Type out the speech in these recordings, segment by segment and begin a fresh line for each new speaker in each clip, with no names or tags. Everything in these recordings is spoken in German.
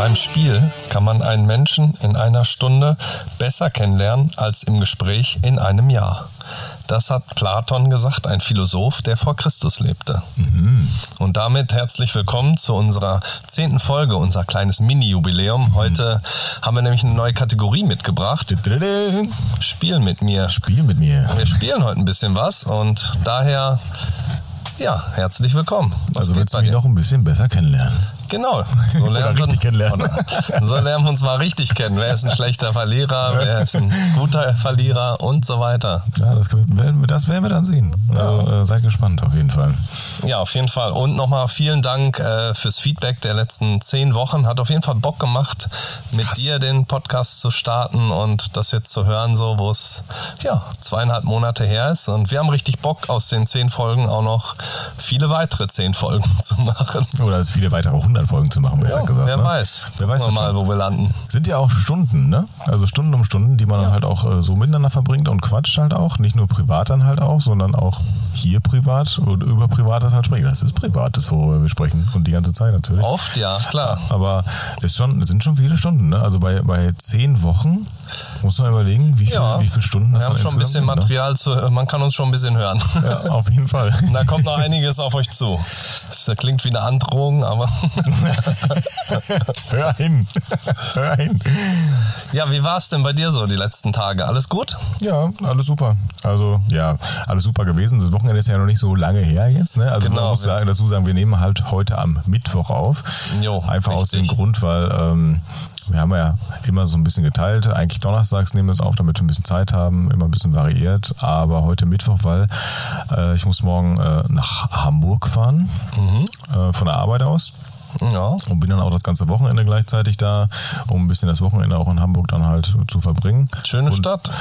einem Spiel kann man einen Menschen in einer Stunde besser kennenlernen als im Gespräch in einem Jahr. Das hat Platon gesagt, ein Philosoph, der vor Christus lebte.
Mhm.
Und damit herzlich willkommen zu unserer zehnten Folge, unser kleines Mini-Jubiläum.
Mhm.
Heute haben wir nämlich eine neue Kategorie mitgebracht.
Tüdelü.
Spiel mit mir.
Spiel mit mir.
Wir spielen heute ein bisschen was und daher, ja, herzlich willkommen. Was
Also
geht
willst du
bei
mich
dir?
noch ein bisschen besser kennenlernen.
Genau. So
Oder
lernen,
richtig kennenlernen.
Oder- so lernen wir uns mal richtig kennen. Wer ist ein schlechter Verlierer, wer ist ein guter Verlierer und so weiter.
Ja, das werden wir, das werden wir dann sehen. Also, äh, seid gespannt auf jeden Fall.
Ja, auf jeden Fall. Und nochmal vielen Dank äh, fürs Feedback der letzten zehn Wochen. Hat auf jeden Fall Bock gemacht, mit
Krass.
dir den Podcast zu starten und das jetzt zu hören, so wo es ja zweieinhalb Monate her ist. Und wir haben richtig Bock, aus den zehn Folgen auch noch viele weitere zehn Folgen zu machen.
Oder es viele weitere 100 Folgen zu machen, besser
Ja,
gesagt.
wer
ne?
weiß.
Wer weiß
Gucken wir
das
mal, wo wir landen.
Sind ja auch Stunden, ne? Also Stunden um Stunden, die man dann halt auch äh, so miteinander verbringt und quatscht halt auch. Nicht nur privat dann halt auch, sondern auch hier privat und über Privates halt sprechen. Das ist Privates, worüber wir sprechen. Und die ganze Zeit natürlich.
Oft, ja, klar.
Aber es schon, es sind schon viele Stunden, ne? Also bei, bei zehn Wochen muss man überlegen, wie, viel,
Ja.
wie viele Stunden
Wir
das
haben
dann
schon ein bisschen
insgesamt sind,
Material zu, äh, man kann uns schon ein bisschen hören.
Ne? Ja, auf jeden Fall.
Da kommt noch einiges auf euch zu. Das äh, klingt wie eine Androhung, aber
Hör hin. Hör hin.
ja, wie war es denn bei dir so die letzten Tage? Alles gut?
Ja, alles super. Also, ja, alles super gewesen. Das Wochenende ist ja noch nicht so lange her jetzt. Ne? Also,
Genau,
man muss
ja.
sagen, dazu sagen, wir nehmen halt heute am Mittwoch auf.
Jo,
Einfach aus dem
richtig.
Grund, weil ähm, wir haben ja immer so ein bisschen geteilt. Eigentlich donnerstags nehmen wir es auf, damit wir ein bisschen Zeit haben, immer ein bisschen variiert. Aber heute Mittwoch, weil äh, ich muss morgen äh, nach Hamburg fahren, äh, von der Arbeit aus.
Ja.
Und bin dann auch das ganze Wochenende gleichzeitig da, um ein bisschen das Wochenende auch in Hamburg dann halt zu verbringen.
Schöne
Und-
Stadt.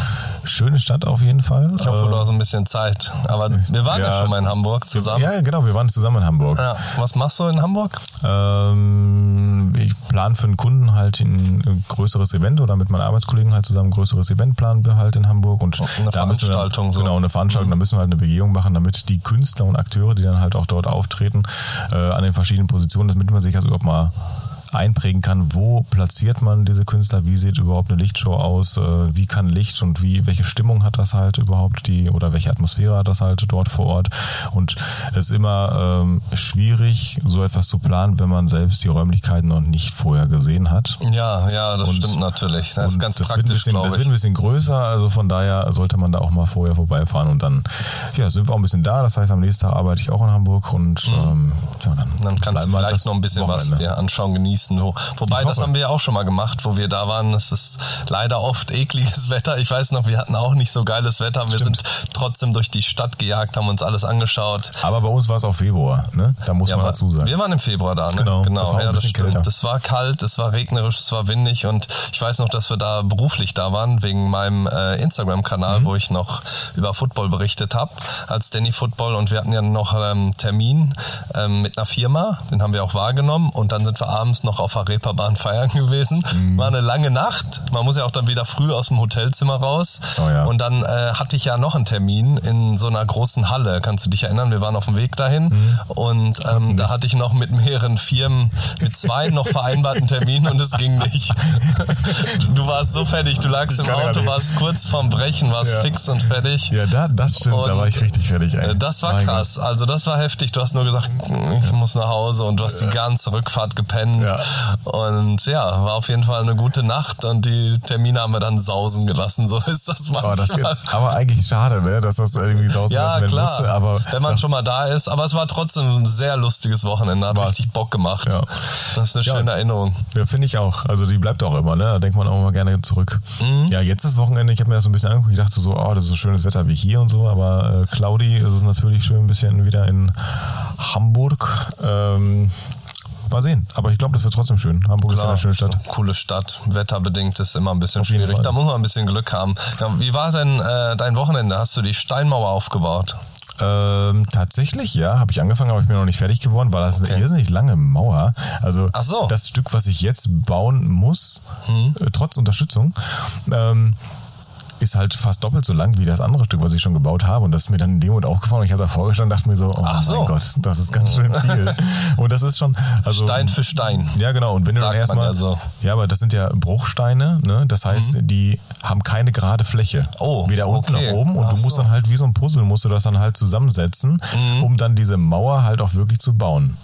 Schöne Stadt auf jeden Fall.
Ich hoffe,
Äh,
du hast ein bisschen Zeit. Aber wir waren Ähm, ja,
ja.
schon mal in Hamburg zusammen.
ja, genau, wir waren zusammen in Hamburg.
Ja. Was machst du in Hamburg?
Ähm, ich plane für einen Kunden halt ein größeres Event oder mit meinen Arbeitskollegen halt zusammen ein größeres Event planen wir halt in Hamburg. Und
Eine
da müssen wir-
Veranstaltung so.
Genau, eine Veranstaltung. Da müssen wir halt eine Begehung machen, damit die Künstler und Akteure, die dann halt auch dort auftreten, äh, an den verschiedenen Positionen, damit man sich das überhaupt mal einprägen kann, wo platziert man diese Künstler, wie sieht überhaupt eine Lichtshow aus, äh, wie kann Licht und wie, welche Stimmung hat das halt überhaupt die oder welche Atmosphäre hat das halt dort vor Ort und es ist immer ähm, schwierig, so etwas zu planen, wenn man selbst die Räumlichkeiten noch nicht vorher gesehen hat.
Ja, ja, das
Und-
stimmt natürlich. Das ist
Und
ganz
das wird ein
praktisch,
bisschen,
glaube
Das
ich.
wird ein bisschen größer, also von daher sollte man da auch mal vorher vorbeifahren und dann ja, sind wir auch ein bisschen da. Das heißt, am nächsten Tag arbeite ich auch in Hamburg und ähm, ja, dann,
Mhm. Dann kannst
bleiben
du
wir halt das
vielleicht noch ein bisschen was
Wochenende.
dir anschauen, genießen. Wo, wobei,
Ich
das
hoffe.
haben wir ja auch schon mal gemacht, wo wir da waren. Es ist leider oft ekliges Wetter. Ich weiß noch, wir hatten auch nicht so geiles Wetter. Wir sind trotzdem durch die Stadt gejagt, haben uns alles angeschaut.
Aber bei uns war es auch Februar, ne? Da muss man
aber
dazu sagen.
Wir waren im Februar da, ne?
Genau,
genau.
das war auch
ja,
ein
das
bisschen
stimmt.
kälter.
Es war kalt, es war regnerisch, es war windig und ich weiß noch, dass wir da beruflich da waren, wegen meinem äh, Instagram-Kanal,
Mhm.
wo ich noch über Football berichtet habe, als Danny Football und wir hatten ja noch ähm, Termin ähm, mit einer Firma, den haben wir auch wahrgenommen und dann sind wir abends noch auf der Reeperbahn feiern gewesen.
Mhm.
War eine lange Nacht, man muss ja auch dann wieder früh aus dem Hotelzimmer raus
Oh ja.
und dann äh, hatte ich ja noch einen Termin in so einer großen Halle, kannst du dich erinnern, wir waren auf dem Weg dahin
Mhm.
und ähm, da hatte ich noch mit mehreren Firmen, mit zwei noch vereinbarten Termin und es ging nicht. Du warst so fertig, du lagst im
kann ja
Auto,
nicht.
warst kurz vorm Brechen, warst
Ja.
fix und fertig.
ja, da, das stimmt, da
Und,
war ich richtig fertig. Ey.
Äh, Das war
Mein
krass. Also das war heftig. Du hast nur gesagt, "Hm, ich muss nach Hause und du hast die ganze Rückfahrt gepennt.
Ja.
Und ja, war auf jeden Fall eine gute Nacht und die Termine haben wir dann sausen gelassen. So ist das
Gott. Aber,
manchmal.
Oh, das, aber eigentlich schade, ne? dass das irgendwie so
ja,
werden
klar.
musste. Aber
Wenn man schon mal da ist. Aber es war trotzdem ein sehr lustiges Wochenende. Hat richtig Bock gemacht.
Ja.
Das ist eine
Ja.
schöne Erinnerung.
Ja, finde ich auch. Also die bleibt auch immer, ne? Da denkt man auch immer gerne zurück. Ja, jetzt das Wochenende, ich habe mir das so ein bisschen angeguckt, ich dachte so, oh, das ist so schönes Wetter wie hier und so, aber äh, cloudy ist es natürlich schön ein bisschen wieder in Hamburg. Ähm, mal sehen. Aber ich glaube, das wird trotzdem schön. Hamburg ist ja eine schöne Stadt.
Coole Stadt. Wetterbedingt ist immer ein bisschen
jeden
schwierig.
Fall.
Da muss man ein bisschen Glück haben. Ja, wie war denn äh, dein Wochenende? Hast du die Steinmauer aufgebaut?
Ähm, tatsächlich, ja, habe ich angefangen, aber ich bin noch nicht fertig geworden, weil das ist eine irrsinnig lange Mauer. Also
Ach so. Hm.
das Stück, was ich jetzt bauen muss, äh, trotz Unterstützung, ähm, ist halt fast doppelt so lang wie das andere Stück, was ich schon gebaut habe. Und das ist mir dann in dem Moment aufgefallen. Und ich habe da vorgestanden und dachte mir so, oh
Ach so. Oh.
mein Gott, das ist ganz schön viel. und das ist schon, also
Stein für Stein.
ja, genau. Und wenn du
Sagt
dann erstmal.
man ja so. Mhm.
ja, aber das sind ja Bruchsteine, ne? Das heißt, die haben keine gerade Fläche.
Oh,
Weder unten
okay.
noch oben. Und
Ach
du musst
so. Mhm.
dann halt wie so ein Puzzle, musst du das dann halt zusammensetzen, um dann diese Mauer halt auch wirklich zu bauen.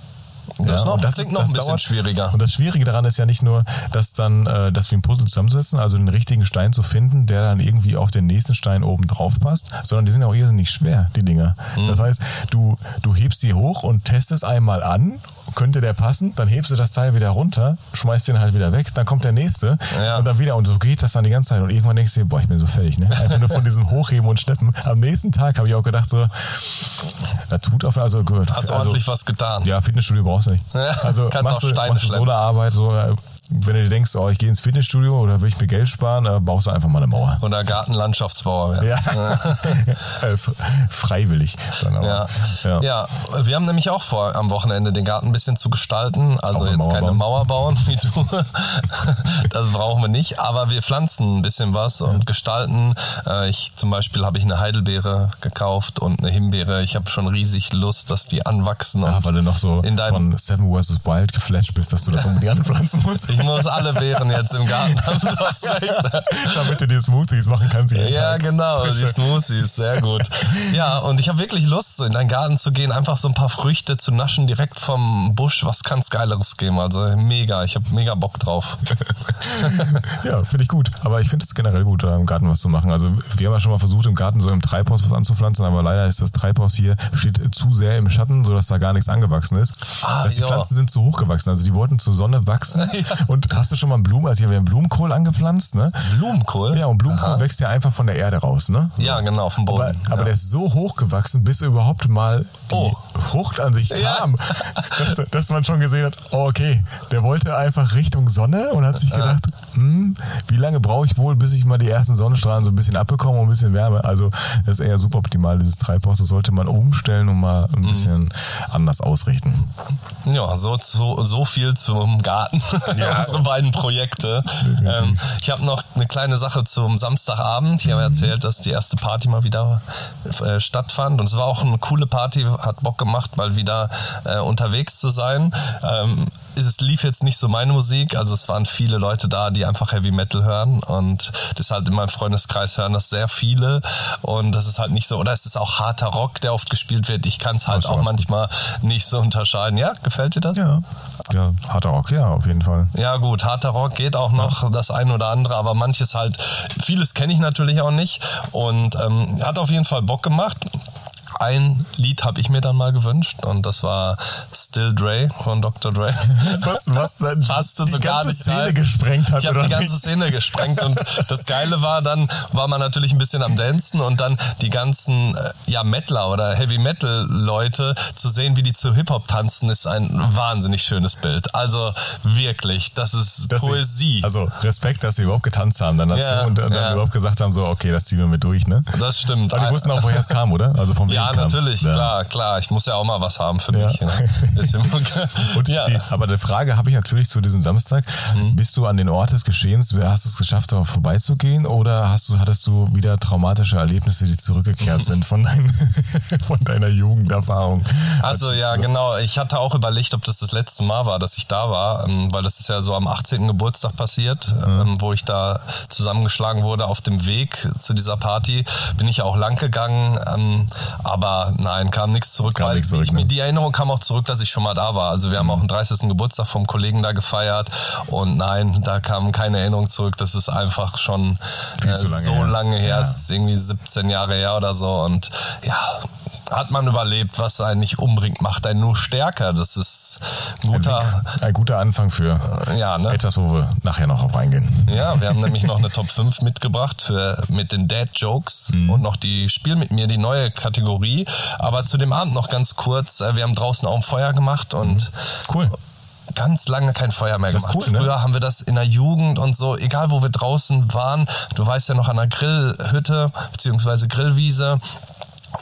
Das ist noch-
und
klingt noch ein bisschen schwieriger.
Und das Schwierige daran ist ja nicht nur, dass dann, äh, dass wir ein Puzzle zusammensetzen, also den richtigen Stein zu finden, der dann irgendwie auf den nächsten Stein oben drauf passt, sondern die sind ja auch irrsinnig schwer, die Dinger.
Mhm.
Das heißt, du, du hebst sie hoch und testest einmal an, könnte der passen, dann hebst du das Teil wieder runter, schmeißt den halt wieder weg, dann kommt der nächste
Ja.
und dann wieder und so geht das dann die ganze Zeit und irgendwann denkst du dir, boah, ich bin so fertig, ne? Einfach nur von diesem Hochheben und Schleppen. Am nächsten Tag habe ich auch gedacht so, da tut auf, also gehört.
Hast du
also,
ordentlich was getan.
ja, Fitnessstudio brauchst du nicht.
Ja,
Also
kannst auch
machst du,
Steine
machst du so
schleppen.
eine Arbeit, so, äh, wenn du dir denkst, oh, ich gehe ins Fitnessstudio oder will ich mir Geld sparen, äh, baust du einfach mal eine Mauer.
Oder Gartenlandschaftsbauer werden.
Ja. Äh, f- Freiwillig. Dann aber.
Ja. Ja. wir haben nämlich auch vor, am Wochenende den Garten ein bisschen zu gestalten. Also
Auch eine
jetzt
Mauer
keine
bauen.
Mauer bauen wie du. das brauchen wir nicht. Aber wir pflanzen ein bisschen was und gestalten. Äh, Ich zum Beispiel habe ich eine Heidelbeere gekauft und eine Himbeere. Ich habe schon riesig Lust, dass die anwachsen.
Ja,
und
weil du noch so
in deinem
von Seven vs. Wild geflasht bist, dass du das unbedingt anpflanzen musst.
ich muss alle Beeren jetzt im Garten haben. Du hast recht.
Damit du dir Smoothies machen kannst. jeden
Ja,
Tag.
genau, die Smoothies, sehr gut. Ja, und ich habe wirklich Lust, so in deinen Garten zu gehen, einfach so ein paar Früchte zu naschen, direkt vom Busch. Was kann's Geileres geben? Also mega, ich habe mega Bock drauf.
Ja, finde ich gut. Aber ich finde es generell gut, da im Garten was zu machen. Also wir haben ja schon mal versucht, im Garten so im Treibhaus was anzupflanzen, aber leider ist das Treibhaus hier, steht zu sehr im Schatten, sodass da gar nichts angewachsen ist.
Ah,
dass die
ja.
Pflanzen sind zu hoch gewachsen, also die wollten zur Sonne wachsen. Und hast du schon mal einen Blumen, also hier haben wir einen Blumenkohl angepflanzt, ne?
Blumenkohl?
Ja, und Blumenkohl wächst ja einfach von der Erde raus, ne?
Ja, genau, auf dem Boden.
Aber, aber der
ja.
ist so hoch gewachsen, bis überhaupt mal die
Oh.
Frucht an sich
Ja.
kam, dass, dass man schon gesehen hat, oh, okay, der wollte einfach Richtung Sonne und hat sich gedacht, hm, wie lange brauche ich wohl, bis ich mal die ersten Sonnenstrahlen so ein bisschen abbekomme und ein bisschen Wärme. Also das ist eher suboptimal, dieses Treibhaus. Das sollte man umstellen und mal
Mhm.
ein bisschen anders ausrichten.
ja, so, so, so viel zum Garten.
Ja.
Unsere beiden Projekte. Ähm, ich habe noch eine kleine Sache zum Samstagabend. Ich habe erzählt, dass die erste Party mal wieder äh, stattfand. Und es war auch eine coole Party, hat Bock gemacht, mal wieder äh, unterwegs zu sein. Ähm, es lief jetzt nicht so meine Musik, also es waren viele Leute da, die einfach Heavy Metal hören und deshalb in meinem Freundeskreis hören das sehr viele und das ist halt nicht so, oder es ist auch harter Rock, der oft gespielt wird. Ich kann es halt
schon
auch
ganz
manchmal nicht so unterscheiden. Ja, gefällt dir das?
Ja. Ja, harter Rock, ja, auf jeden Fall.
Ja gut, harter Rock geht auch noch, das ein oder andere, aber manches halt, vieles kenne ich natürlich auch nicht und ähm, hat auf jeden Fall Bock gemacht. Ein Lied habe ich mir dann mal gewünscht und das war Still Dre von Dr. Dre.
Was, was dann
Passte
die
so
ganze
gar nicht
Szene
rein.
gesprengt hat,
Ich habe
oder
die ganze
nicht?
Szene gesprengt und das Geile war, dann war man natürlich ein bisschen am Dancen und dann die ganzen äh, ja, Metaler oder Heavy Metal Leute zu sehen, wie die zu Hip-Hop tanzen, ist ein wahnsinnig schönes Bild. Also wirklich, das ist
dass sie-
Poesie.
also Respekt, dass sie überhaupt getanzt haben dann dazu
Ja,
und dann
ja.
überhaupt gesagt haben, so, okay, das ziehen wir mit durch, ne?
das stimmt.
Aber die wussten auch, woher es kam, oder? Also vom
ja,
es kam.
natürlich,
Ja.
klar, klar. Ich muss ja auch mal was haben für
Ja.
mich. Ne? Bisschen,
Und
ja. Mhm.
die, aber die Frage habe ich natürlich zu diesem Samstag. Bist du an den Ort des Geschehens, hast du es geschafft, darauf vorbeizugehen oder hast du, hattest du wieder traumatische Erlebnisse, die zurückgekehrt sind von, dein, von deiner Jugenderfahrung?
Also ja,
ne?
genau. Ich hatte auch überlegt, ob das das letzte Mal war, dass ich da war, ähm, weil das ist ja so am 18. Geburtstag passiert, ähm, wo ich da zusammengeschlagen wurde auf dem Weg zu dieser Party. Bin ich ja auch lang gegangen, ähm, aber nein, kam nichts zurück,
Kam
weil
nichts zurück,
ich, mir
ne? Mhm.
die Erinnerung kam auch zurück, dass ich schon mal da war. Also wir haben auch den 30. Geburtstag vom Kollegen da gefeiert und nein, da kam keine Erinnerung zurück. Das ist einfach schon
Viel
äh,
zu lange
so
her.
lange her.
Ja.
Es ist irgendwie 17 Jahre her oder so und ja, hat man überlebt, was einen nicht umbringt, macht einen nur stärker. Das ist ein
Ein,
guter,
Weg, ein guter Anfang für
Ah. ja, ne?
etwas, wo wir nachher noch auf reingehen.
Ja, wir haben nämlich noch eine Top 5 mitgebracht für, mit den Dad Jokes
Mhm.
und noch die Spiel mit mir, die neue Kategorie. Aber zu dem Abend noch ganz kurz. äh, Wir haben draußen auch ein Feuer gemacht und
Cool.
ganz lange kein Feuer mehr
Mhm. Das ist
gemacht.
cool, ne?
Früher haben wir das in der Jugend und so, egal wo wir draußen waren, du weißt ja noch an der Grillhütte bzw. Grillwiese.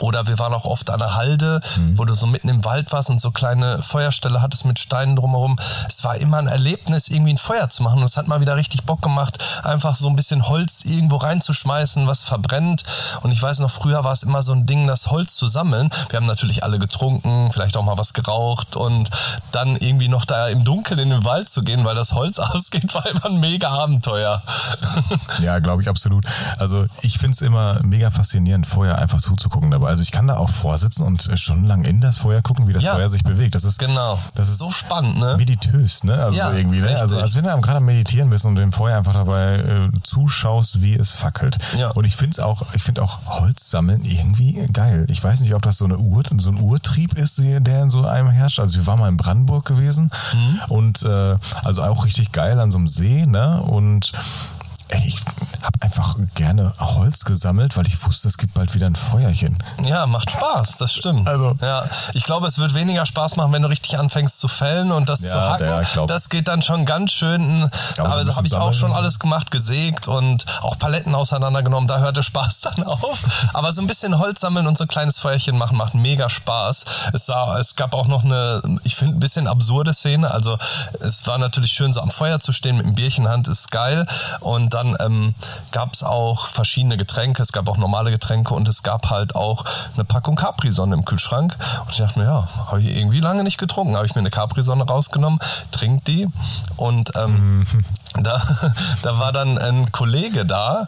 Oder wir waren auch oft an der Halde,
Mhm.
wo du so mitten im Wald warst und so kleine Feuerstelle hattest mit Steinen drumherum. Es war immer ein Erlebnis, irgendwie ein Feuer zu machen. Und es hat mal wieder richtig Bock gemacht, einfach so ein bisschen Holz irgendwo reinzuschmeißen, was verbrennt. Und ich weiß noch, früher war es immer so ein Ding, das Holz zu sammeln. Wir haben natürlich alle getrunken, vielleicht auch mal was geraucht und dann irgendwie noch da im Dunkeln in den Wald zu gehen, weil das Holz ausgeht, war immer ein mega Abenteuer.
Ja, glaube ich absolut. Also ich finde es immer mega faszinierend, Feuer einfach zuzugucken dabei. Also ich kann da auch vorsitzen und stundenlang in das Feuer gucken, wie das
Ja.
Feuer sich bewegt. Das ist
Genau.
Das ist
so spannend, ne?
meditös, ne? Also
Ja,
so irgendwie, ne?
richtig.
Also als wenn du am- gerade am Meditieren bist und dem Feuer einfach dabei äh, zuschaust, wie es fackelt.
Ja.
Und ich finde es auch, ich finde auch Holz sammeln irgendwie geil. Ich weiß nicht, ob das so eine Ur, so ein Urtrieb ist, der der in so einem herrscht. Also wir waren mal in Brandenburg gewesen
Mhm.
und äh, also auch richtig geil an so einem See, ne? Und ey, ich habe einfach gerne Holz gesammelt, weil ich wusste, es gibt bald wieder ein Feuerchen.
Ja, macht Spaß, das stimmt.
Also-
ja, ich glaube, es wird weniger Spaß machen, wenn du richtig anfängst zu fällen und das
Ja,
zu hacken.
ja, ich glaub.
das geht dann schon ganz schön.
Ja, aber so
aber
ein
da habe ich
bisschen
auch schon
sammeln.
alles gemacht, gesägt und auch Paletten auseinandergenommen. Da hört der Spaß dann auf. Aber so ein bisschen Holz sammeln und so ein kleines Feuerchen machen macht mega Spaß. Es, sah, es gab auch noch eine, ich finde, ein bisschen absurde Szene. Also es war natürlich schön, so am Feuer zu stehen mit einem Bierchen in der Hand, ist geil. Und dann ähm, gab es auch verschiedene Getränke. Es gab auch normale Getränke und es gab halt auch eine Packung Capri-Sonne im Kühlschrank. Und ich dachte mir, ja, habe ich irgendwie lange nicht getrunken. Habe ich mir eine Capri-Sonne rausgenommen, trink die. Und ähm,
Mhm.
da, da war dann ein Kollege da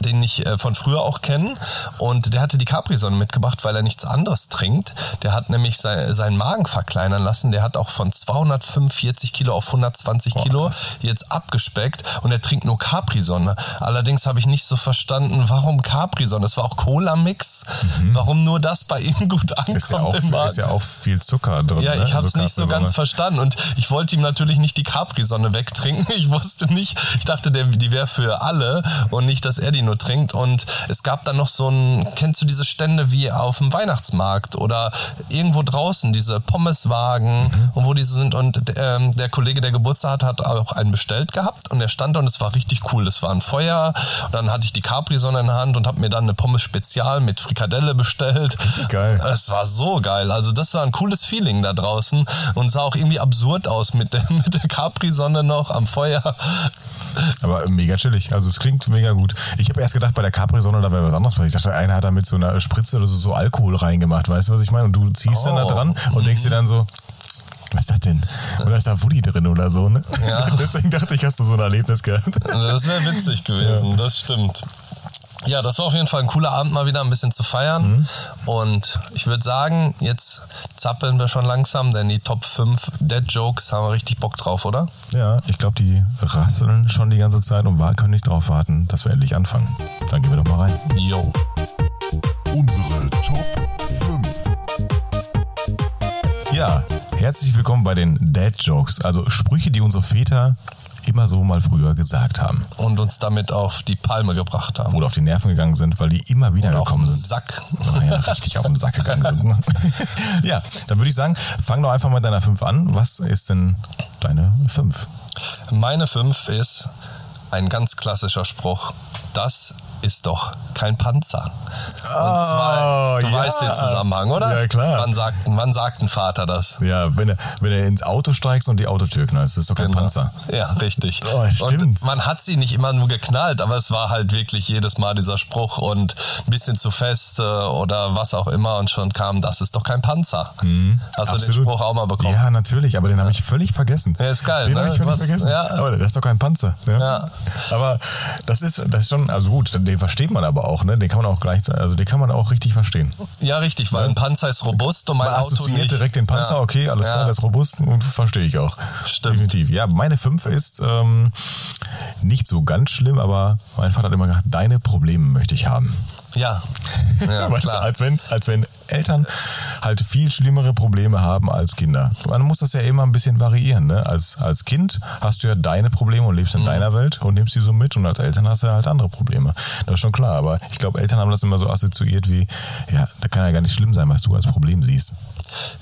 den ich äh, von früher auch kenne und der hatte die Capri-Sonne mitgebracht, weil er nichts anderes trinkt. Der hat nämlich sei, seinen Magen verkleinern lassen. Der hat auch von 245 Kilo auf 120 Kilo jetzt abgespeckt und er trinkt nur Capri-Sonne. Allerdings habe ich nicht so verstanden, warum Capri-Sonne. Es war auch Cola-Mix. Warum nur das bei ihm gut ankommt
Mhm. Ist ja, auch,
im Magen.
ist ja auch viel Zucker drin.
Ja,
ne?
ich habe es
Also
nicht so ganz
Capri-Sonne.
verstanden und ich wollte ihm natürlich nicht die Capri-Sonne wegtrinken. Ich wusste nicht, ich dachte, der, die wäre für alle und nicht, dass er die nur trinkt. Und es gab dann noch so ein, kennst du diese Stände wie auf dem Weihnachtsmarkt oder irgendwo draußen, diese Pommeswagen
Mhm.
und wo diese sind. Und ähm, der Kollege, der Geburtstag hat, hat auch einen bestellt gehabt und der stand da und es war richtig cool. Es war ein Feuer und dann hatte ich die Capri-Sonne in der Hand und habe mir dann eine Pommes Spezial mit Frikadelle bestellt.
Richtig geil.
Es war so geil. Also das war ein cooles Feeling da draußen und sah auch irgendwie absurd aus mit der, mit der Capri-Sonne noch am Feuer.
Aber mega chillig. Also es klingt mega gut. Ich habe erst gedacht, bei der Capri-Sonne, da wäre was anderes passiert. Ich dachte, einer hat da mit so einer Spritze oder so, so Alkohol reingemacht. Weißt du, was ich meine? Und du ziehst dann da
Oh,
dran und denkst dir dann so, was ist das denn? Oder ist da Woody drin oder so, ne?
Ja.
Deswegen dachte ich, hast du so ein Erlebnis gehabt.
Also Das wäre witzig gewesen, das stimmt. Ja, das war auf jeden Fall ein cooler Abend, mal wieder ein bisschen zu feiern. Und ich würde sagen, jetzt zappeln wir schon langsam, denn die Top 5 Dead Jokes haben wir richtig Bock drauf, oder?
Ja, ich glaube, die rasseln schon die ganze Zeit und war- können nicht drauf warten, dass wir endlich anfangen. Dann gehen wir doch mal rein.
Yo.
Unsere Top 5.
Ja, herzlich willkommen bei den Dad Jokes. Also Sprüche, die unsere Väter immer so mal früher gesagt haben.
Und uns damit auf die Palme gebracht haben.
Oder auf die Nerven gegangen sind, weil die immer wieder
Auf
gekommen
den
sind.
Sack.
Naja, richtig auf den Sack gegangen sind. ne? ja, dann würde ich sagen, fang doch einfach mit deiner 5 an. Was ist denn deine 5?
Meine 5 ist ein ganz klassischer Spruch. Das ist doch kein Panzer. Und zwar, du
Ah, ja.
weißt den Zusammenhang, oder?
Ja, klar.
Wann sagt, wann sagt ein Vater das?
Ja, wenn du, wenn du ins Auto steigst und die Autotür knallst, das ist doch kein Panzer.
Ja, richtig.
Oh, stimmt.
und man hat sie nicht immer nur geknallt, aber es war halt wirklich jedes Mal dieser Spruch und ein bisschen zu fest äh, oder was auch immer und schon kam, das ist doch kein Panzer. Hast du den
Mhm. absolut.
Spruch auch mal bekommen?
Ja, natürlich, aber den habe ich völlig vergessen.
Ja, ist geil,
Den
ne?
habe ich völlig
Was-
vergessen.
ja.
Aber das ist doch kein Panzer. Ne?
Ja.
Aber das ist, das ist schon, also gut, den versteht man aber auch, ne? Den kann man auch gleich, also den kann man auch richtig verstehen.
Ja, richtig, weil ein Panzer ist robust und mein
Man
Auto
assoziiert
nicht.
direkt den Panzer,
ja.
okay, alles klar, das ist robust und verstehe ich auch.
Stimmt.
Definitiv. Ja, meine 5 ist ähm, nicht so ganz schlimm, aber mein Vater hat immer gesagt, deine Probleme möchte ich haben.
Ja, ja
weißt du,
klar.
als wenn, als wenn Eltern halt viel schlimmere Probleme haben als Kinder. Man muss das ja immer ein bisschen variieren. Ne? Als, als Kind hast du ja deine Probleme und
Mhm.
lebst in deiner Welt und nimmst die so mit und als Eltern hast du halt andere Probleme. Das ist schon klar, aber ich glaube, Eltern haben das immer so assoziiert wie, ja, da kann ja gar nicht schlimm sein, was du als Problem siehst.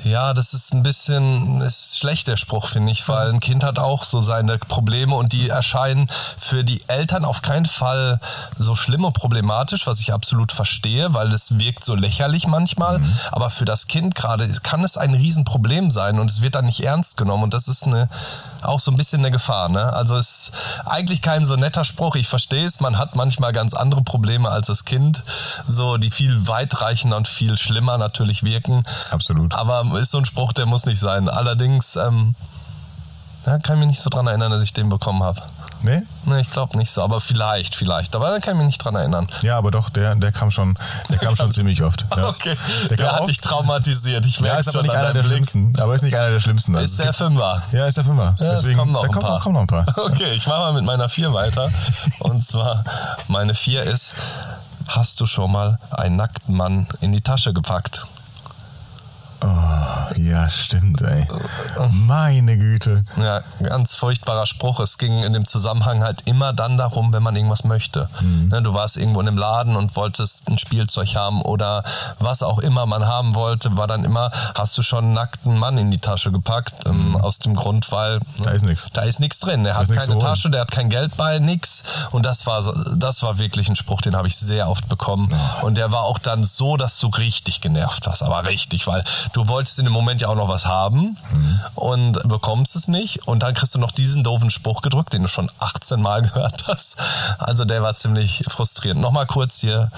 Ja, das ist ein bisschen ist schlecht, der Spruch, finde ich, weil ein Kind hat auch so seine Probleme und die erscheinen für die Eltern auf keinen Fall so schlimm und problematisch, was ich absolut absolut verstehe, weil es wirkt so lächerlich manchmal. Aber für das Kind gerade kann es ein Riesenproblem sein und es wird dann nicht ernst genommen. Und das ist eine, auch so ein bisschen eine Gefahr. Ne? Also es ist eigentlich kein so netter Spruch. Ich verstehe es, man hat manchmal ganz andere Probleme als das Kind, so die viel weitreichender und viel schlimmer natürlich wirken.
Absolut.
Aber ist so ein Spruch, der muss nicht sein. Allerdings ähm, ja, kann ich mich nicht so dran erinnern, dass ich den bekommen habe.
Nee?
Ne, ich glaube nicht so, aber vielleicht, vielleicht. Aber da kann ich mich nicht dran erinnern.
Ja, aber doch, der, der kam schon, der kam schon ziemlich oft. Ja.
Okay,
der,
der,
kam
hat
oft.
dich traumatisiert. Ich
Ja,
merke
ist
schon
aber nicht
an
einer der
deinem Blick.
schlimmsten. Aber ist nicht einer der schlimmsten. Also
Ist
es
der
gibt-
Fünfer.
ja, ist der Fünfer.
Ja, es
Deswegen,
kommen noch
da
ein
kommt,
paar.
Kommen noch ein paar.
Okay, ich mache mal mit meiner vier weiter. Und zwar, meine vier ist, hast du schon mal einen nackten Mann in die Tasche gepackt?
Oh, ja, stimmt, ey. Meine Güte.
Ja, ganz furchtbarer Spruch. Es ging in dem Zusammenhang halt immer dann darum, wenn man irgendwas möchte. Ne, du warst irgendwo in einem Laden und wolltest ein Spielzeug haben oder was auch immer man haben wollte, war dann immer, hast du schon einen nackten Mann in die Tasche gepackt? Ähm, aus dem Grund, weil ne,
Da ist nichts.
Da ist nichts drin. Er hat
ist nichts
keine
zu holen.
Tasche, der hat kein Geld bei, nix. Und das war, so- das war wirklich ein Spruch, den habe ich sehr oft bekommen. Und der war auch dann so, dass du richtig genervt warst. Aber richtig, weil du wolltest in dem Moment ja auch noch was haben
Mhm.
und bekommst es nicht. Und dann kriegst du noch diesen doofen Spruch gedrückt, den du schon 18 Mal gehört hast. Also der war ziemlich frustrierend. Nochmal kurz hier.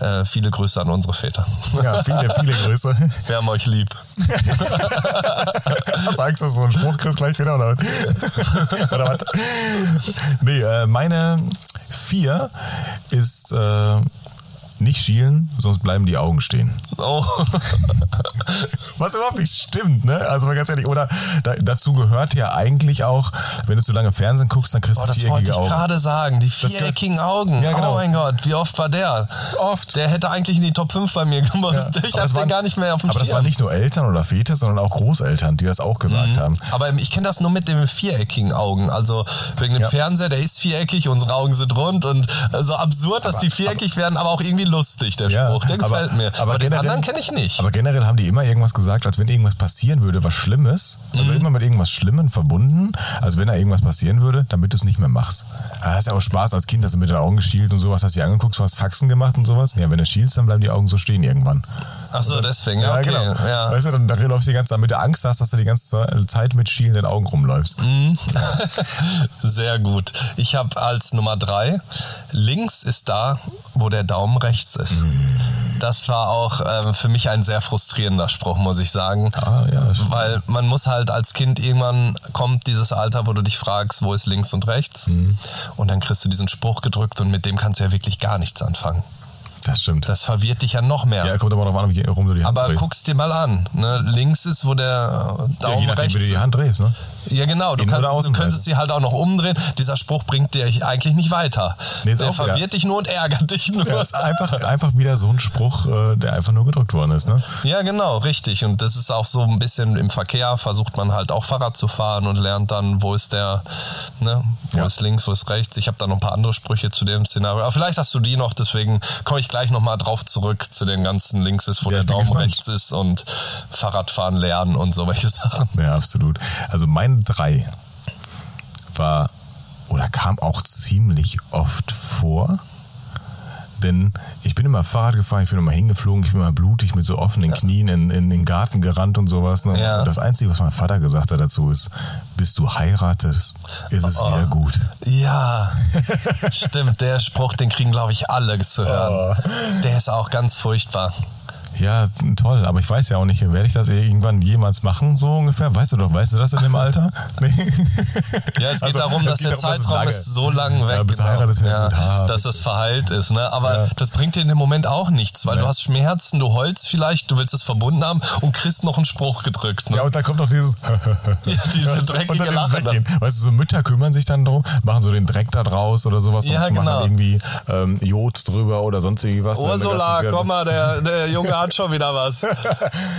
äh, Viele Grüße an unsere Väter.
Ja, viele, viele Grüße.
Wir haben euch lieb.
Hast du Angst, dass du so einen Spruch kriegst gleich wieder? Oder, oder was? Nee, äh, meine vier ist äh, nicht schielen, sonst bleiben die Augen stehen.
Oh.
Was überhaupt nicht stimmt, ne? Also mal ganz ehrlich. Oder da, dazu gehört ja eigentlich auch, wenn du zu lange Fernsehen guckst, dann kriegst
Oh,
du
das wollte
viereckige
ich
Augen.
gerade sagen. Die
gehört-
viereckigen Augen.
Ja, genau.
Oh mein Gott, wie oft war der?
Oft.
Der hätte eigentlich in die Top 5 bei mir gemusst.
Ja.
Ich
Aber
hab
es
den
waren-
gar nicht mehr auf dem
Aber das
Schirm.
waren nicht nur Eltern oder Väter, sondern auch Großeltern, die das auch
Mhm.
gesagt haben.
aber ich kenne das nur mit den viereckigen Augen. Also wegen dem
Ja.
Fernseher, der ist viereckig, unsere Augen sind rund und so absurd, dass die viereckig werden, aber auch irgendwie lustig, der
Ja,
Spruch. Der
aber-
gefällt mir.
aber
Aber, den
generell-
anderen kenne ich nicht.
Aber generell haben die immer irgendwas gesagt, als wenn irgendwas passieren würde, was Schlimmes. Also
Mhm.
immer mit irgendwas Schlimmem verbunden, als wenn da irgendwas passieren würde, damit du es nicht mehr machst. Ah, Das ist ja auch Spaß als Kind, dass du mit den Augen geschielt und sowas, hast du dir angeguckt, du hast Faxen gemacht und sowas. Ja, wenn du schielst, dann bleiben die Augen so stehen irgendwann.
Ach so, deswegen. Ja, okay. Ja.
Weißt du, dann dann läufst du die ganze Zeit, damit du Angst hast, dass du die ganze Zeit mit schielenden Augen rumläufst.
Mhm. Sehr gut. Ich habe als Nummer drei, links ist da, wo der Daumen rechts ist. Das war auch ähm, für mich ein sehr frustrierender Spruch, muss ich sagen.
Ah, ja, stimmt.
Weil man muss halt als Kind irgendwann kommt dieses Alter, wo du dich fragst, wo ist links und rechts.
Mhm.
Und dann kriegst du diesen Spruch gedrückt und mit dem kannst du ja wirklich gar nichts anfangen.
Das stimmt.
Das verwirrt dich ja noch mehr.
ja, kommt aber darauf an, wie rum du die Hand
Aber
drehst.
guck's dir mal an. Ne? Links ist, wo der äh,
ja,
Daumen
je nachdem,
rechts
wie du
ist.
die Hand drehst, ne?
Ja, genau. Du,
Innen-
kann,
oder
du
Außenseite.
könntest sie halt auch noch umdrehen. Dieser Spruch bringt dir eigentlich nicht weiter.
Nee, ist
Der
auch wieder-
verwirrt dich nur und ärgert dich nur.
Ja,
Ja.
das ist einfach, einfach wieder so ein Spruch, äh, der einfach nur gedrückt worden ist, ne?
genau, richtig. Und das ist auch so ein bisschen im Verkehr, versucht man halt auch Fahrrad zu fahren und lernt dann, wo ist der, ne, wo
Ja.
ist links, wo ist rechts. Ich habe da noch ein paar andere Sprüche zu dem Szenario. Aber vielleicht hast du die noch, deswegen komme ich gleich nochmal drauf zurück zu den ganzen Links ist, wo
Ja,
der
ich bin
Daumen
gespannt.
rechts ist und Fahrradfahren lernen und so welche Sachen.
Ja, absolut. Also meine drei war oder kam auch ziemlich oft vor. Denn ich bin immer Fahrrad gefahren, ich bin immer hingeflogen, ich bin immer blutig mit so offenen Knien in, in den Garten gerannt und sowas. Ne?
Ja.
Und das Einzige, was mein Vater gesagt hat dazu ist, bis du heiratest, ist es
Oh.
wieder gut.
Ja, stimmt. Der Spruch, den kriegen, glaube ich, alle zu hören.
Oh.
Der ist auch ganz furchtbar.
Ja, toll, aber ich weiß ja auch nicht, werde ich das irgendwann jemals machen, so ungefähr? Weißt du doch, weißt du das in dem Alter? Nee.
Ja, es geht
Also,
darum, dass
es geht
der
darum, dass es
Zeitraum
lange-
ist so lang weg, ne?
Ja, bis heiratet wird gut. Ah,
dass es verheilt ist. Ne? Aber
Ja.
das bringt dir in dem Moment auch nichts, weil
Nee.
du hast Schmerzen, du heulst vielleicht, du willst es verbunden haben und kriegst noch einen Spruch gedrückt. Ne?
Ja, und dann kommt noch dieses.
Ja, diese
Und
dreckige
dann dieses
Lache
Weggehen. Weißt du, so Mütter kümmern sich dann drum, machen so den Dreck da draus oder sowas
Ja,
und machen
genau.
dann irgendwie ähm, Jod drüber oder sonst irgendwie was.
Ursula,
Dann-
komm mal, der, der Junge hat schon wieder was.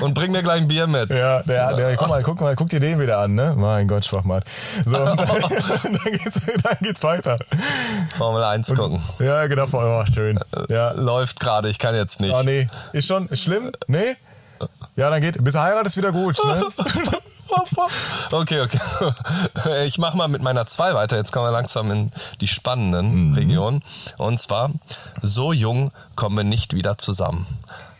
Und bring mir gleich ein Bier mit.
Ja, der, der, guck mal, guck mal, guck dir den wieder an, ne? Mein Gott, Schwachmann. So, und dann, dann, geht's, dann geht's weiter.
Formel 1 gucken.
Ja, genau, voll oh, schön. Ja. oh,
Läuft gerade, ich kann jetzt nicht.
Ah, nee. Ist schon schlimm? Nee? Ja, dann geht. Bis heirat ist wieder gut, ne?
Okay, okay. Ich mache mal mit meiner 2 weiter. Jetzt kommen wir langsam in die spannenden Regionen. Und zwar, so jung kommen wir nicht wieder zusammen.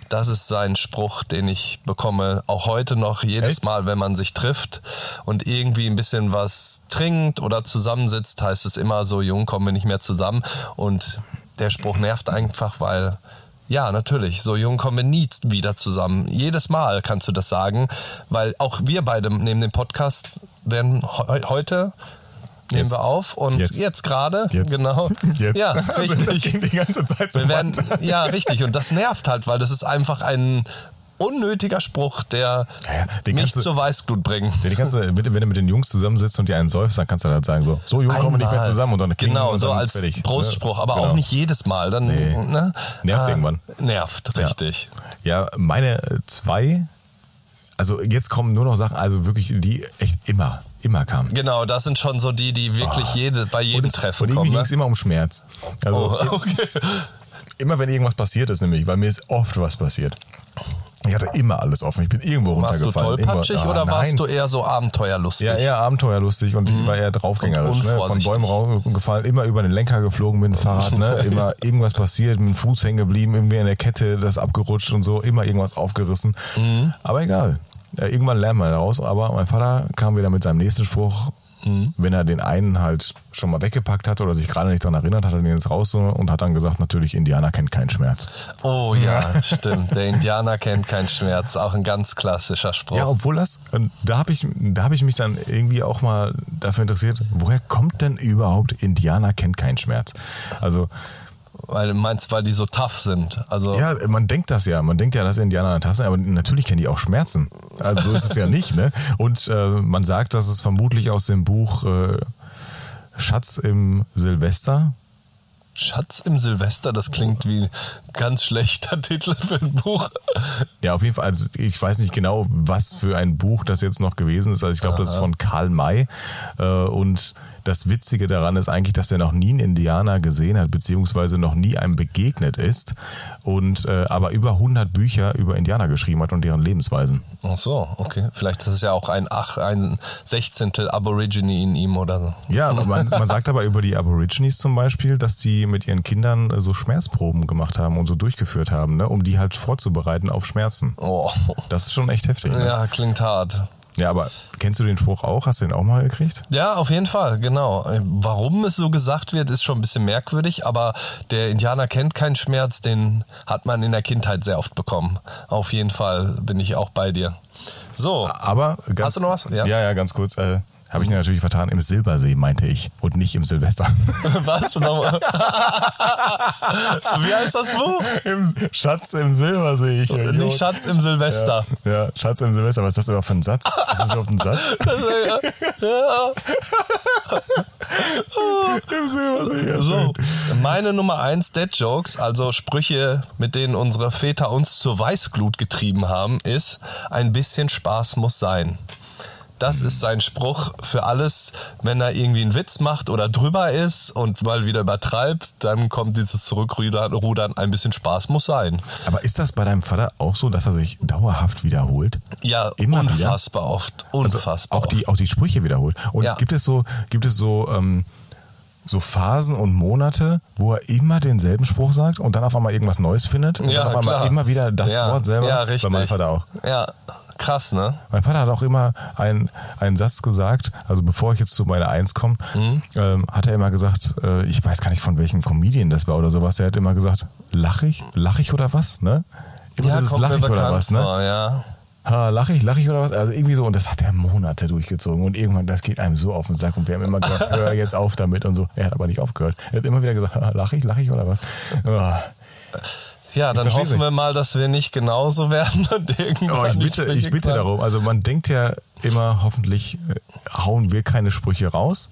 Das ist sein Spruch, den ich bekomme, auch heute noch, jedes
Echt?
Mal, wenn man sich trifft und irgendwie ein bisschen was trinkt oder zusammensitzt, heißt es immer, so jung kommen wir nicht mehr zusammen. Und der Spruch nervt einfach, weil, ja, natürlich, so jung kommen wir nie wieder zusammen. Jedes Mal kannst du das sagen, weil auch wir beide neben dem Podcast werden heu- heute. Nehmen
Jetzt.
wir auf und
Jetzt.
jetzt, gerade,
Jetzt.
genau.
Jetzt.
Ja,
also das
richtig.
ging die ganze Zeit so
Wir werden,
weiter.
ja, richtig. Und das nervt halt, weil das ist einfach ein unnötiger Spruch, der
Ja, ja, den
mich
kannst du-
zur Weißglut bringt.
Ja, die ganze, wenn du wenn du mit den Jungs zusammensitzt und die einen säufst, dann kannst du halt sagen, so, so jung kommen wir nicht mehr
Einmal.
zusammen und dann klingen
Genau,
und
so
dann
als
ist fertig.
Prostspruch,
Ne?
aber
Genau.
auch nicht jedes Mal. Dann,
Nee.
ne?
Nervt
Ah,
irgendwann.
Nervt, richtig.
Ja, meine äh, zwei, also jetzt kommen nur noch Sachen, also wirklich, die echt immer, immer kamen.
Genau, das sind schon so die, die wirklich jede, bei jedem Treffen
Ah. und irgendwie
kommen.
ging
Ne?
es immer um Schmerz. Also
Oh, okay.
immer wenn irgendwas passiert ist, nämlich, weil mir ist oft was passiert. Ich hatte immer alles offen. Ich bin irgendwo
Warst du
runtergefallen.
tollpatschig
irgendwo, ah,
oder warst
nein.
du eher so abenteuerlustig?
Ja, eher abenteuerlustig und ich war eher
Mhm. Und
draufgängerisch. Ne? Von
unvorsichtig.
Bäumen rausgefallen, immer über den Lenker geflogen mit dem Fahrrad, ne? immer irgendwas passiert, mit dem Fuß hängen geblieben, irgendwie in der Kette, das abgerutscht und so, immer irgendwas aufgerissen.
Mhm.
Aber egal. Ja, irgendwann lernt man daraus. Aber mein Vater kam wieder mit seinem nächsten Spruch.
Mhm.
Wenn er den einen halt schon mal weggepackt hatte oder sich gerade nicht daran erinnert, hat er den jetzt raus und hat dann gesagt, natürlich, Indianer kennt keinen Schmerz.
Oh ja, stimmt. Der Indianer kennt keinen Schmerz. Auch ein ganz klassischer Spruch.
Ja, obwohl das, und da habe ich, da hab ich mich dann irgendwie auch mal dafür interessiert, woher kommt denn überhaupt Indianer kennt keinen Schmerz? Also,
Weil du meinst, weil die so tough sind. Also
ja, man denkt das ja, man denkt ja, dass Indianer eine Tasse, aber natürlich kennen die auch Schmerzen. Also so ist es ja nicht, ne? Und äh, man sagt, dass es vermutlich aus dem Buch äh, Schatz im Silvester
Schatz im Silvester, das klingt wie ein ganz schlechter Titel für ein Buch.
Ja, auf jeden Fall. Also ich weiß nicht genau, was für ein Buch das jetzt noch gewesen ist. Also ich glaube, das ist von Karl May. Äh, Und das Witzige daran ist eigentlich, dass er noch nie einen Indianer gesehen hat, beziehungsweise noch nie einem begegnet ist. Und äh, aber über 100 Bücher über Indianer geschrieben hat und deren Lebensweisen.
Ach so, okay. Vielleicht ist es ja auch ein, Ach, ein Sechzehntel Aborigine in ihm oder so.
Ja, aber man, man sagt aber über die Aborigines zum Beispiel, dass die mit ihren Kindern äh, so Schmerzproben gemacht haben und so durchgeführt haben, ne, um die halt vorzubereiten auf Schmerzen.
Oh.
Das ist schon echt heftig. Ne?
Ja, klingt hart.
ja, aber kennst du den Spruch auch? Hast du den auch mal gekriegt?
Ja, auf jeden Fall, genau. Warum es so gesagt wird, ist schon ein bisschen merkwürdig, aber der Indianer kennt keinen Schmerz, den hat man in der Kindheit sehr oft bekommen. Auf jeden Fall bin ich auch bei dir. So,
Aber ganz,
Hast du noch was?
Ja,
Ja.
ja, ganz kurz. Äh, habe ich natürlich vertan. Im Silbersee meinte ich und nicht im Silvester.
was nochmal? Wie heißt das Buch?
Im Schatz im Silbersee. Ich Idiot.
Nicht Schatz im Silvester.
Ja, ja, Schatz im Silvester. Was ist das überhaupt für ein Satz? Ist das überhaupt ein Satz? Im Silbersee. Ja,
So,
schön.
meine Nummer eins Dead Jokes, also Sprüche, mit denen unsere Väter uns zur Weißglut getrieben haben, ist, ein bisschen Spaß muss sein. Das
Mhm.
ist sein Spruch für alles, wenn er irgendwie einen Witz macht oder drüber ist und mal wieder übertreibt, dann kommt dieses Zurückrudern, Rudern, ein bisschen Spaß muss sein.
Aber ist das bei deinem Vater auch so, dass er sich dauerhaft wiederholt?
Ja,
Immer wieder? Also
unfassbar oft, unfassbar
auch die, auch die Sprüche wiederholt. Und
Ja.
gibt es so, gibt es so, ähm, so Phasen und Monate, wo er immer denselben Spruch sagt und dann auf einmal irgendwas Neues findet und
oft.
dann auf einmal immer wieder das
Ja,
Wort selber.
Ja, richtig.
Bei meinem Vater auch.
Ja, krass, ne?
Mein Vater hat auch immer einen, einen Satz gesagt, also bevor ich jetzt zu meiner Eins komme,
Mhm.
ähm, hat er immer gesagt, äh, ich weiß gar nicht von welchem Comedian das war oder sowas, der hat immer gesagt, lach ich, lach ich oder was, ne? Immer
ja,
dieses
kommt
lach
mir
ich oder
bekannt
was, ne?
vor, ja.
Ha, lach ich, lach ich oder was? Also irgendwie so. Und das hat er Monate durchgezogen. Und irgendwann, das geht einem so auf den Sack. Und wir haben immer gesagt, hör jetzt auf damit und so. Er hat aber nicht aufgehört. Er hat immer wieder gesagt, ha, lach ich, lach ich oder was? Ah.
Ja, dann
versteh's
hoffen wir mal, dass wir nicht genauso werden und irgendwann.
Aber ich
die
bitte,
Sprüche
ich bitte
knallen.
darum. Also man denkt ja immer, hoffentlich äh, hauen wir keine Sprüche raus.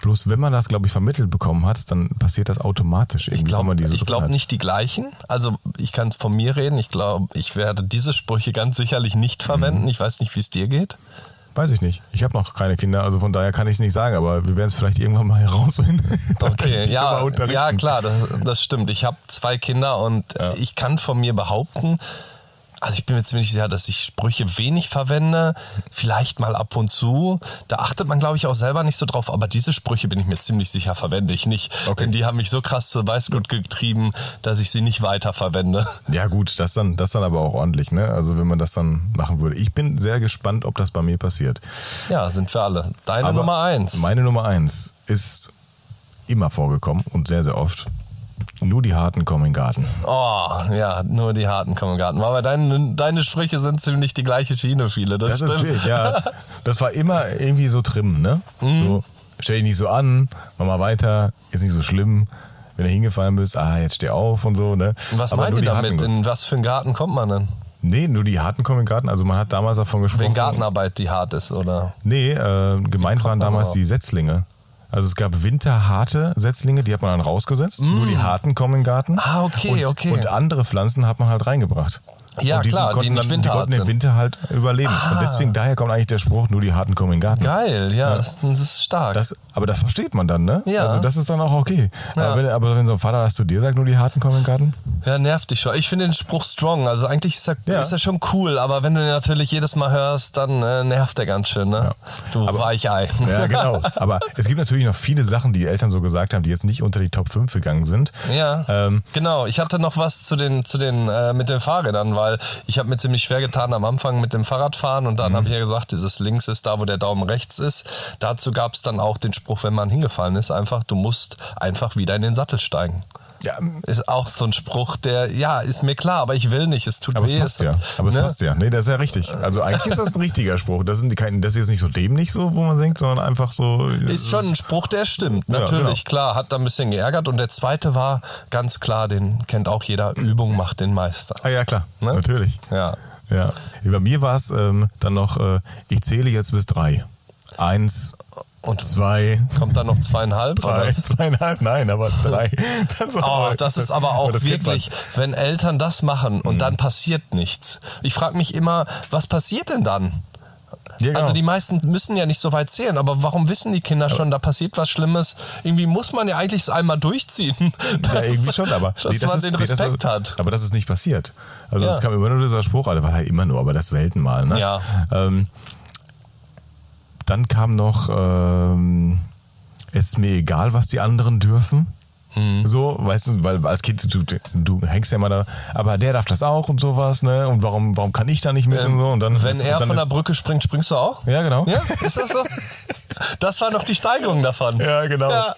Bloß wenn man das, glaube ich, vermittelt bekommen hat, dann passiert das
Ich
automatisch. irgendwie, wenn
glaube
man diese
glaub
Gewohnheit-
nicht die gleichen. Also ich kann von mir reden. Ich glaube, ich werde diese Sprüche ganz sicherlich nicht verwenden.
Mhm.
Ich weiß nicht, wie es dir geht.
Weiß ich nicht. Ich habe noch keine Kinder, also von daher kann ich es nicht sagen, aber wir werden es vielleicht irgendwann mal herausfinden. Dann kann ich
Okay,
die mal
ja,
unterrichten.
ja klar, das, das stimmt. Ich habe zwei Kinder und ich kann von mir behaupten, also ich bin mir ziemlich sicher, dass ich Sprüche wenig verwende, vielleicht mal ab und zu. Da achtet man, glaube ich, auch selber nicht so drauf. Aber diese Sprüche bin ich mir ziemlich sicher, verwende ich nicht.
Okay.
Denn die haben mich so krass zu Weißglut getrieben, dass ich sie nicht weiter verwende.
Ja gut, das dann, das dann aber auch ordentlich, ne? Also wenn man das dann machen würde. Ich bin sehr gespannt, ob das bei mir passiert.
Ja, sind wir alle. Deine
Aber
Nummer eins.
Meine Nummer eins ist immer vorgekommen und sehr, sehr oft. Nur die Harten kommen in den Garten.
Oh, ja, nur die harten kommen im Garten. Aber deine, deine Sprüche sind ziemlich die gleiche Schiene, viele. Das,
Das ist
stimmt.
wild, ja. Das war immer irgendwie so trimmen, ne?
Mhm.
So, stell dich nicht so an, mach mal weiter, ist nicht so schlimm. Wenn du hingefallen bist, ah, jetzt steh auf und so, ne?
Was
Aber
meinen
nur
die damit?
Harten-
In was für einen Garten kommt man denn?
Nee, nur die Harten kommen in den Garten. Also man hat damals davon gesprochen.
Wegen Gartenarbeit, die hart ist, oder?
Nee, äh, gemeint waren
man
damals
drauf?
die Setzlinge. Also es gab winterharte Setzlinge, die hat man dann rausgesetzt. Nur die harten kommen in den Garten.
Mm. Ah, okay,
und,
okay.
Und andere Pflanzen hat man halt reingebracht.
Ja,
und
klar, die
konnten
nicht
dann, die
winterhart
konnten den
sind.
Winter halt überleben. Und deswegen, daher kommt eigentlich der Spruch, nur die harten kommen in den Garten.
Geil, ja, Das, das ist stark.
Das, aber das versteht man dann, ne?
Ja.
Also das ist dann auch okay.
Ja.
Aber, wenn, aber wenn so ein Vater das zu dir sagt, nur die harten kommen in den Garten?
ja, nervt dich schon. Ich finde den Spruch strong. Also eigentlich ist er,
Ja.
ist er schon cool, aber wenn du den natürlich jedes Mal hörst, dann äh, nervt er ganz schön, ne? Du Weichei.
Ja, genau. Aber es gibt natürlich noch viele Sachen, die Eltern so gesagt haben, die jetzt nicht unter die Top 5 gegangen sind.
Ja,
Ähm,
genau. Ich hatte noch was zu den, zu den äh, mit den Fahrrädern, weil ich habe mir ziemlich schwer getan am Anfang mit dem Fahrradfahren und dann
Mhm.
habe ich ja gesagt, dieses links ist da, wo der Daumen rechts ist. Dazu gab es dann auch den Spruch, wenn man hingefallen ist, einfach, du musst einfach wieder in den Sattel steigen.
ja,
Ist auch so ein Spruch, der, ja, ist mir klar, aber ich will nicht, es tut
Aber
weh.
es passt ja. Aber es
ne?
passt ja. Nee, das ist ja richtig. Also eigentlich ist das ein richtiger Spruch. Das, sind kein, das ist jetzt nicht so dämlich so, wo man denkt, sondern einfach so. äh,
Ist schon ein Spruch, der stimmt.
Ja,
Natürlich,
genau.
klar, hat da ein bisschen geärgert. Und der zweite war ganz klar, den kennt auch jeder, Übung macht den Meister.
Ah ja, klar.
Ne?
Natürlich.
Ja.
Ja. Bei mir war es ähm, dann noch, äh, ich zähle jetzt bis drei. Eins,
Und
zwei,
Kommt da noch zweieinhalb?
drei,
Oder?
zweieinhalb, nein, aber drei. Das,
Oh, das ist aber auch
das Mhm. kennt man.
wirklich, wenn Eltern das machen und dann passiert nichts. Ich frage mich immer, was passiert denn dann?
Ja, genau.
Also die meisten müssen ja nicht so weit zählen, aber warum wissen die Kinder schon, da passiert was Schlimmes? Irgendwie muss man ja eigentlich es einmal durchziehen.
Ja,
dass-
irgendwie schon, aber
dass man den
nee, das-
Respekt hat.
Aber das ist nicht passiert. Also
Ja.
es kam immer nur dieser Spruch, also war ja immer nur, aber das selten mal. Ne?
Ja.
Ähm, dann kam noch, ähm, es ist mir egal, was die anderen dürfen.
Mhm.
So, weißt du, weil als Kind, du, du hängst ja immer da, aber der darf das auch und sowas, ne? Und warum, warum kann ich da nicht mit und so? Und dann
Ähm, Wenn
ist,
er
und dann
von der
ist,
Brücke springt, springst du auch?
Ja, genau.
Ja, ist das so? Das war noch die Steigerung davon. Oh,
Ja, genau.
Ja.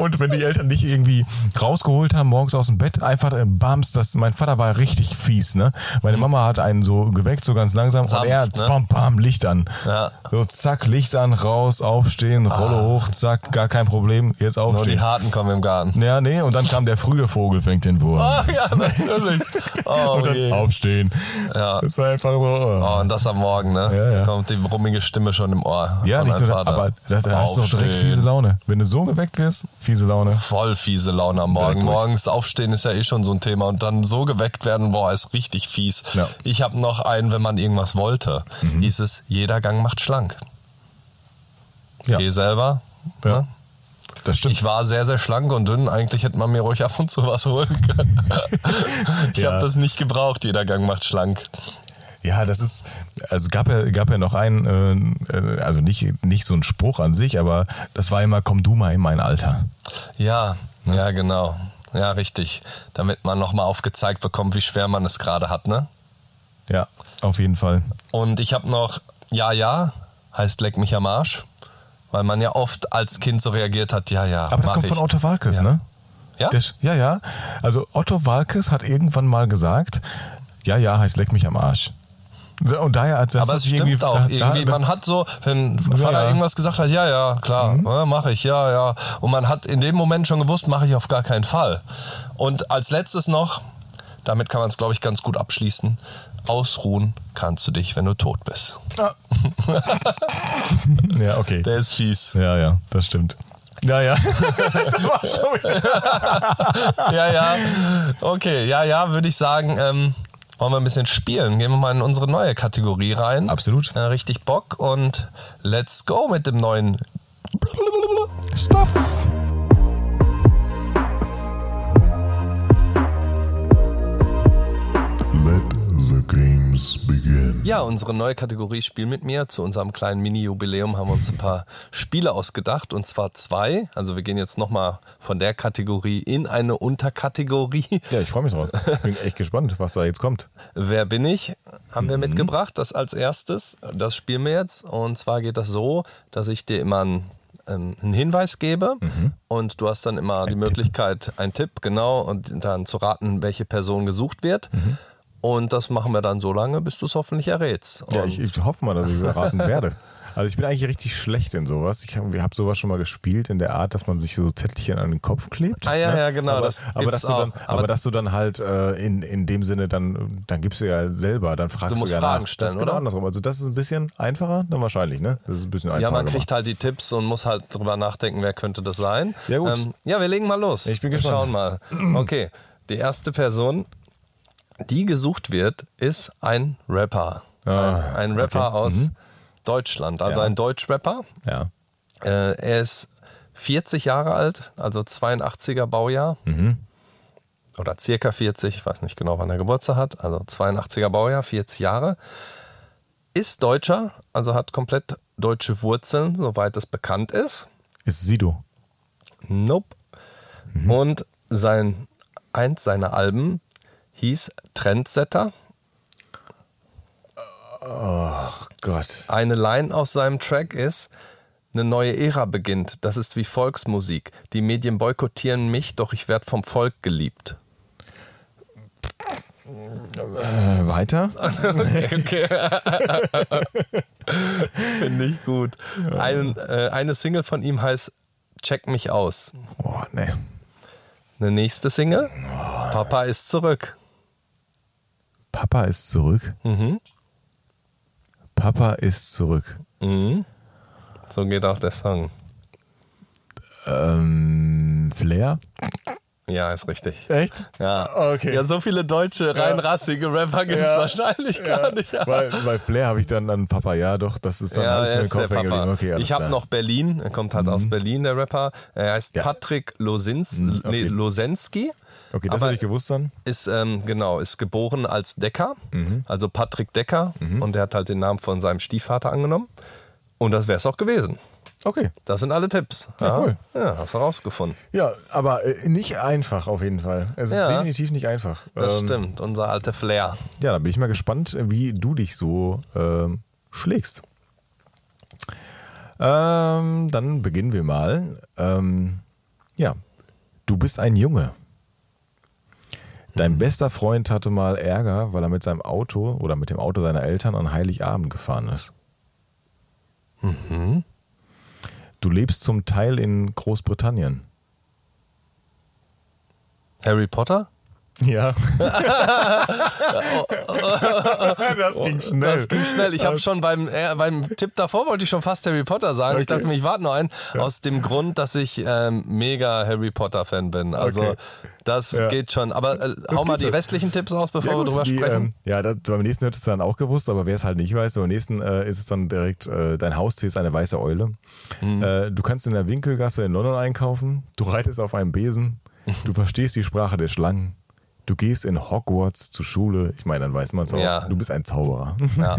Und wenn die Eltern dich irgendwie rausgeholt haben, morgens aus dem Bett, einfach äh, bams, das, mein Vater war richtig fies, ne? Meine Mama hat einen so geweckt, so ganz langsam,
Mhm. Sanft,
und er,
ne?
bam, bam, Licht an.
Ja. Ah.
So, zack, Licht an, raus, aufstehen, Rolle hoch, zack, gar kein Problem, jetzt
Nur die
aufstehen.
Harten kommen im Garten.
Ja, nee, und dann kam der frühe Vogel, fängt den Wurm.
Ah, ja, natürlich. Oh,
und dann
je.
aufstehen.
Ja.
Das war einfach so. äh.
Oh, und das am Morgen, ne?
Ja, ja.
Kommt die brummige Stimme schon im Ohr.
Ja,
von
nicht
deinem
nur,
Vater.
aber da, da hast du doch direkt
Aufstehen.
fiese Laune. Wenn du so geweckt wirst, fiese Laune.
Voll fiese Laune am Morgen.
Direkt durch.
Morgens aufstehen ist ja eh schon so ein Thema und dann so geweckt werden, boah, ist richtig fies.
Ja. Mhm.
Ich habe noch einen, wenn man irgendwas wollte, hieß es, jeder Gang macht schlank.
Ja,
Geh selber.
Ja.
Ne?
das stimmt.
Ich war sehr, sehr schlank und dünn. Eigentlich hätte man mir ruhig ab und zu was holen können. ich
Ja.
habe das nicht gebraucht. Jeder Gang macht schlank.
Ja, das ist, also es gab ja, gab ja noch einen, äh, äh, also nicht, nicht so ein Spruch an sich, aber das war immer, komm du mal in mein Alter.
Ja, ja, genau. Ja, richtig. Damit man nochmal aufgezeigt bekommt, wie schwer man es gerade hat, ne?
Ja, auf jeden Fall.
Und ich habe noch, ja, ja, heißt Leck mich am Arsch. Weil man ja oft als Kind so reagiert hat, ja, ja.
Aber das
mach
kommt
ich.
von Otto Walkes, ne?
Ja?
Der, ja, ja. Also Otto Walkes hat irgendwann mal gesagt, ja, ja, heißt leck mich am Arsch. Und daher, als
Aber es stimmt auch. irgendwie, man hat so, wenn Vater
ja. Mhm.
irgendwas gesagt hat, ja, ja, klar, ja, mache ich, ja, ja. Und man hat in dem Moment schon gewusst, mache ich auf gar keinen Fall. Und als letztes noch, damit kann man es, glaube ich, ganz gut abschließen, ausruhen kannst du dich, wenn du tot bist.
ja, okay.
Der ist fies.
Ja, ja, das stimmt. Ja, ja. das war schon wieder.
ja, ja. Okay, ja, ja, würde ich sagen, ähm, wollen wir ein bisschen spielen. Gehen wir mal in unsere neue Kategorie rein.
Absolut.
Äh, richtig Bock und let's go mit dem neuen.
Stuff.
Let the game Games begin.
Ja, unsere neue Kategorie Spiel mit mir. Zu unserem kleinen Mini-Jubiläum haben wir uns ein paar Spiele ausgedacht und zwar zwei. Also wir gehen jetzt nochmal von der Kategorie in eine Unterkategorie.
Ja, ich freue mich drauf. Ich bin echt gespannt, was da jetzt kommt.
Wer bin ich? Haben
Mhm.
wir mitgebracht. Das als erstes. Das spielen wir jetzt. Und zwar geht das so, dass ich dir immer einen, ähm, einen Hinweis gebe
Mhm.
und du hast dann immer die Möglichkeit, einen Tipp, genau, und dann zu raten, welche Person gesucht wird.
Mhm.
Und das machen wir dann so lange, bis du es hoffentlich errätst.
Ja,
Und-
ich, ich hoffe mal, dass ich es erraten werde. Also ich bin eigentlich richtig schlecht in sowas. Ich habe hab sowas schon mal gespielt in der Art, dass man sich so Zettelchen an den Kopf klebt. ne?
Ah, ja, ja, genau,
Aber,
das
aber,
gibt's
dass, du dann,
auch.
aber,
Aber-
dass du dann halt äh, in, in dem Sinne, dann, dann gibst du ja selber, dann fragst du,
musst
ja
Fragen
nach.
stellen,
das ist genau
oder?
andersrum. Also das ist ein bisschen einfacher, dann wahrscheinlich, ne? Das ist ein bisschen einfacher
Ja, man
gemacht.
kriegt halt die Tipps und muss halt drüber nachdenken, wer könnte das sein. Ähm,
Ja, gut.
ja, wir legen mal los.
Ich bin
wir
gespannt.
schauen mal. Okay, die erste Person, die gesucht wird, ist ein Rapper.
Ah, Mhm.
ein, ein Rapper aus Deutschland, also
Ja.
ein Deutschrapper.
Ja.
Äh, er ist 40 Jahre alt, also 82er Baujahr. Oder circa 40, ich weiß nicht genau, wann er Geburtstag hat. Also 82er Baujahr, 40 Jahre. Ist Deutscher, also hat komplett deutsche Wurzeln, soweit es bekannt ist.
Ist Sido.
Oh Nope. Und sein, eins seiner Alben hieß Trendsetter.
Gott.
Eine Line aus seinem Track ist, eine neue Ära beginnt. Das ist wie Volksmusik. Die Medien boykottieren mich, doch ich werde vom Volk geliebt.
Äh, weiter?
Finde ich gut. Ein, äh, eine Single von ihm heißt Check mich aus.
Boah, Oh, nee.
Eine nächste Single, Papa ist zurück.
Papa ist zurück.
Mhm.
Papa ist zurück.
Mhm. So geht auch der Song.
Ähm, Flair?
Ja, ist richtig.
Echt?
Ja.
Okay.
Ja, so viele deutsche, rein rassige Rapper gibt es
Ja.
wahrscheinlich gar nicht. Ja.
Weil bei Flair habe ich dann an Papa, ja doch, das ist dann
Ja,
alles
er
mir im
ist der
Kopf hängen
Papa.
geblieben. Okay, alles
ich habe
klar. Mhm.
noch Berlin, er kommt halt aus Berlin, der Rapper. Er heißt
Ja. Mhm,
Patrick Losins, nee,
okay.
Losensky.
Okay, das
aber-
hätte ich gewusst dann.
Ist, ähm, genau, ist geboren als Decker,
Mhm.
also Patrick Decker. Und er hat halt den Namen von seinem Stiefvater angenommen. Und das wäre es auch gewesen.
Okay.
Das sind alle Tipps.
Ja, cool.
ja hast du rausgefunden.
Ja, aber äh, nicht einfach auf jeden Fall. Es ist
Ja.
definitiv nicht einfach.
Das
Ähm,
stimmt, unser alter Flair.
Ja, da bin ich mal gespannt, wie du dich so ähm, schlägst. Ähm, dann beginnen wir mal. Ähm, ja, du bist ein Junge.
Mhm.
Dein bester Freund hatte mal Ärger, weil er mit seinem Auto oder mit dem Auto seiner Eltern an Heiligabend gefahren ist.
Mhm.
Du lebst zum Teil in Großbritannien.
Harry Potter?
Ja.
oh,
das ging schnell. Ähm,
Das ging schnell. Ich habe schon beim, äh, beim Tipp davor wollte ich schon fast Harry Potter sagen. Ich
Okay.
dachte mir, ich warte noch einen. Aus dem Grund, dass ich ähm, mega Harry Potter-Fan bin. Also
Okay.
das
Ja.
geht schon. Aber äh, hau mal
geht
die
schon.
restlichen Tipps aus, bevor
Ja,
wir
gut,
drüber
die,
sprechen.
ähm, ja, das, beim nächsten hättest du dann auch gewusst, aber wer es halt nicht weiß, beim nächsten äh, ist es dann direkt, äh, dein Haustier ist eine weiße Eule.
Mhm.
Äh, du kannst in der Winkelgasse in London einkaufen, du reitest auf einem Besen, du verstehst die Sprache der Schlangen, du gehst in Hogwarts zur Schule, ich meine, dann weiß man es auch,
Ja.
du bist ein Zauberer.
Ja.